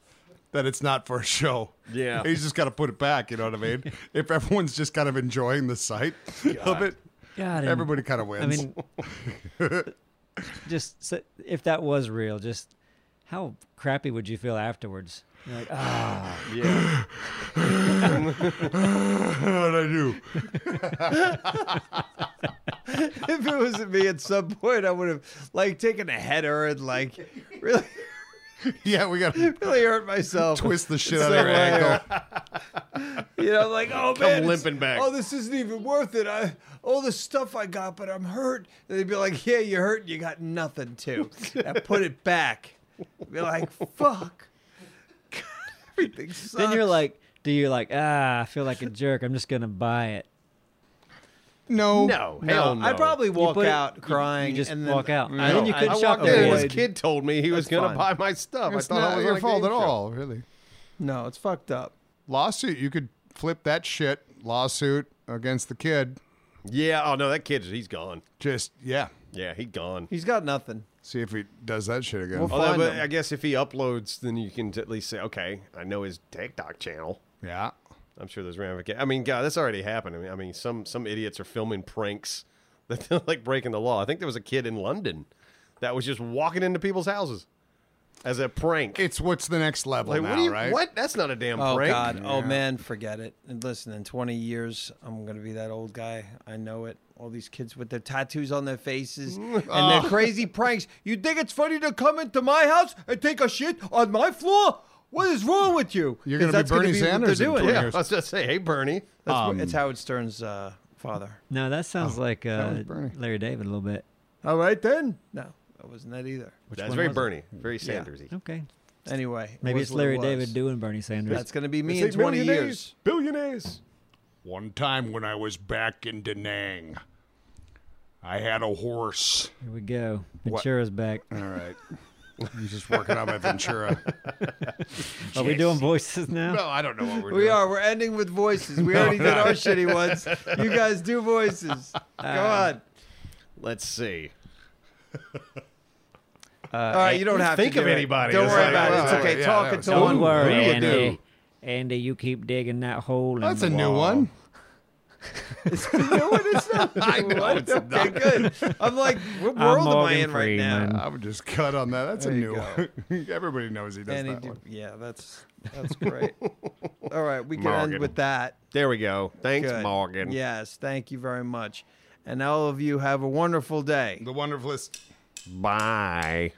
[SPEAKER 2] that it's not for a show.
[SPEAKER 4] Yeah.
[SPEAKER 2] He's just got to put it back, you know what I mean? If everyone's just kind of enjoying the sight of
[SPEAKER 4] God.
[SPEAKER 2] it,
[SPEAKER 3] God, and-
[SPEAKER 2] everybody kind of wins.
[SPEAKER 3] I mean just s- if that was real just how crappy would you feel afterwards You're like ah
[SPEAKER 4] Yeah.
[SPEAKER 2] what I do?
[SPEAKER 1] if it was me at some point, I would have like taken a header and like really,
[SPEAKER 2] Yeah, we got to
[SPEAKER 1] really hurt myself.
[SPEAKER 2] twist the shit
[SPEAKER 1] It's
[SPEAKER 2] out of your
[SPEAKER 1] that way.
[SPEAKER 4] uh,
[SPEAKER 2] ankle.
[SPEAKER 1] You know, I'm like, oh man, it's-
[SPEAKER 4] limping back.
[SPEAKER 1] Oh, this isn't even worth it. I all the stuff I got, but I'm hurt. And they'd be like, yeah, you're hurt. and You got nothing too. and put it back. Be like, fuck. Everything sucks.
[SPEAKER 3] then you're like do you like ah I feel like a jerk I'm just gonna buy it
[SPEAKER 2] No.
[SPEAKER 4] No.
[SPEAKER 1] no,
[SPEAKER 4] Hell no.
[SPEAKER 1] I'd probably walk
[SPEAKER 3] put it-
[SPEAKER 1] out
[SPEAKER 3] you-
[SPEAKER 1] crying.
[SPEAKER 3] you just
[SPEAKER 1] and then,
[SPEAKER 3] walk out. And
[SPEAKER 1] No,
[SPEAKER 3] then you
[SPEAKER 1] I-
[SPEAKER 3] couldn't
[SPEAKER 1] I
[SPEAKER 3] shop
[SPEAKER 1] walked
[SPEAKER 3] there
[SPEAKER 1] out.
[SPEAKER 4] Yeah,
[SPEAKER 3] anyway.
[SPEAKER 4] his kid told me he was
[SPEAKER 1] That's
[SPEAKER 4] gonna
[SPEAKER 1] fine.
[SPEAKER 4] buy my stuff.
[SPEAKER 2] It's
[SPEAKER 4] I thought I
[SPEAKER 2] not
[SPEAKER 4] was on
[SPEAKER 2] your
[SPEAKER 4] a
[SPEAKER 2] fault
[SPEAKER 4] game
[SPEAKER 2] at
[SPEAKER 4] show.
[SPEAKER 2] all, really.
[SPEAKER 1] No, it's fucked up.
[SPEAKER 2] Lawsuit, you could flip that shit. Lawsuit against the kid.
[SPEAKER 4] Yeah. Oh no, that kid, he's gone.
[SPEAKER 2] Just, yeah.
[SPEAKER 4] Yeah, he gone.
[SPEAKER 1] He's got nothing.
[SPEAKER 2] See if he does that shit again.
[SPEAKER 1] Well,
[SPEAKER 4] Although,
[SPEAKER 1] Find
[SPEAKER 4] but
[SPEAKER 1] him.
[SPEAKER 4] I guess if he uploads, then you can at least say, okay, I know his TikTok channel.
[SPEAKER 2] yeah.
[SPEAKER 4] I'm sure there's ramifications. I mean, God, that's already happened. I mean, I mean, some some idiots are filming pranks that they're like breaking the law. I think there was a kid in London that was just walking into people's houses as a prank.
[SPEAKER 2] It's what's the next level
[SPEAKER 4] like,
[SPEAKER 2] now,
[SPEAKER 4] what? do you,
[SPEAKER 2] right?
[SPEAKER 4] What? That's not a damn
[SPEAKER 1] Oh
[SPEAKER 4] prank.
[SPEAKER 1] God! Oh man, forget it. And listen, in 20 years, I'm gonna be that old guy. I know it. All these kids with their tattoos on their faces and their crazy pranks. You think it's funny to come into my house and take a shit on my floor? What is wrong with you?
[SPEAKER 2] You're gonna
[SPEAKER 1] 'Cause
[SPEAKER 2] be
[SPEAKER 1] that's
[SPEAKER 2] Bernie
[SPEAKER 1] what they're
[SPEAKER 2] Sanders in um,
[SPEAKER 1] doing.
[SPEAKER 2] 20
[SPEAKER 1] Yeah.
[SPEAKER 4] Yeah, I was just say, hey, Bernie.
[SPEAKER 1] That's what- it's Howard Stern's uh, father.
[SPEAKER 3] No, that sounds like uh,
[SPEAKER 2] was Bernie.
[SPEAKER 3] Larry David a little bit.
[SPEAKER 1] All right then. No, that wasn't that either.
[SPEAKER 4] That's
[SPEAKER 3] one
[SPEAKER 4] very
[SPEAKER 3] was it?
[SPEAKER 4] Bernie, very Sandersy.
[SPEAKER 3] Okay.
[SPEAKER 1] Anyway, it
[SPEAKER 3] Maybe
[SPEAKER 1] was
[SPEAKER 3] it's
[SPEAKER 1] what it
[SPEAKER 3] Larry
[SPEAKER 1] was.
[SPEAKER 3] David doing Bernie Sanders.
[SPEAKER 1] That's gonna be me
[SPEAKER 4] Say
[SPEAKER 1] in 20
[SPEAKER 4] millionaires,
[SPEAKER 1] years.
[SPEAKER 4] billionaires.
[SPEAKER 2] One time when I was back in Da Nang, I had a horse.
[SPEAKER 3] Here we go.
[SPEAKER 2] What?
[SPEAKER 3] Ventura's back.
[SPEAKER 2] All right. I'm just working on my Ventura.
[SPEAKER 3] Are we doing voices now?
[SPEAKER 2] No, I don't know what we're doing.
[SPEAKER 1] We are. We're ending with voices. We already did our shitty ones. You guys do voices. Go on.
[SPEAKER 4] Let's see.
[SPEAKER 1] All right, you don't have
[SPEAKER 4] think
[SPEAKER 1] to
[SPEAKER 4] of
[SPEAKER 1] do it.
[SPEAKER 4] anybody.
[SPEAKER 1] Don't
[SPEAKER 4] It's
[SPEAKER 1] worry
[SPEAKER 4] like,
[SPEAKER 1] about it. It's
[SPEAKER 2] well,
[SPEAKER 1] okay.
[SPEAKER 2] yeah,
[SPEAKER 1] Talk
[SPEAKER 2] that was-
[SPEAKER 1] until
[SPEAKER 2] Don't
[SPEAKER 1] one.
[SPEAKER 3] worry,
[SPEAKER 4] Real
[SPEAKER 3] Andy. Andy, you keep digging that hole. in
[SPEAKER 2] That's a
[SPEAKER 3] the
[SPEAKER 2] new
[SPEAKER 3] wall.
[SPEAKER 2] one.
[SPEAKER 1] No, it is not.
[SPEAKER 2] I know.
[SPEAKER 1] What?
[SPEAKER 2] It's
[SPEAKER 1] okay, good. I'm like, what
[SPEAKER 3] I'm
[SPEAKER 1] world am I
[SPEAKER 3] Morgan
[SPEAKER 1] in right
[SPEAKER 3] Freeman.
[SPEAKER 1] now?
[SPEAKER 2] I would just cut on that. That's a
[SPEAKER 1] There you
[SPEAKER 2] new
[SPEAKER 1] go.
[SPEAKER 2] one. Everybody knows he does
[SPEAKER 1] And he
[SPEAKER 2] that
[SPEAKER 1] did-
[SPEAKER 2] one.
[SPEAKER 1] yeah, that's that's great. All right, we can end
[SPEAKER 4] Morgan.
[SPEAKER 1] with that.
[SPEAKER 4] There we go. Thanks,
[SPEAKER 1] Good.
[SPEAKER 4] Morgan.
[SPEAKER 1] Yes, thank you very much. And all of you have a wonderful day.
[SPEAKER 2] The wonderfulest.
[SPEAKER 4] Bye.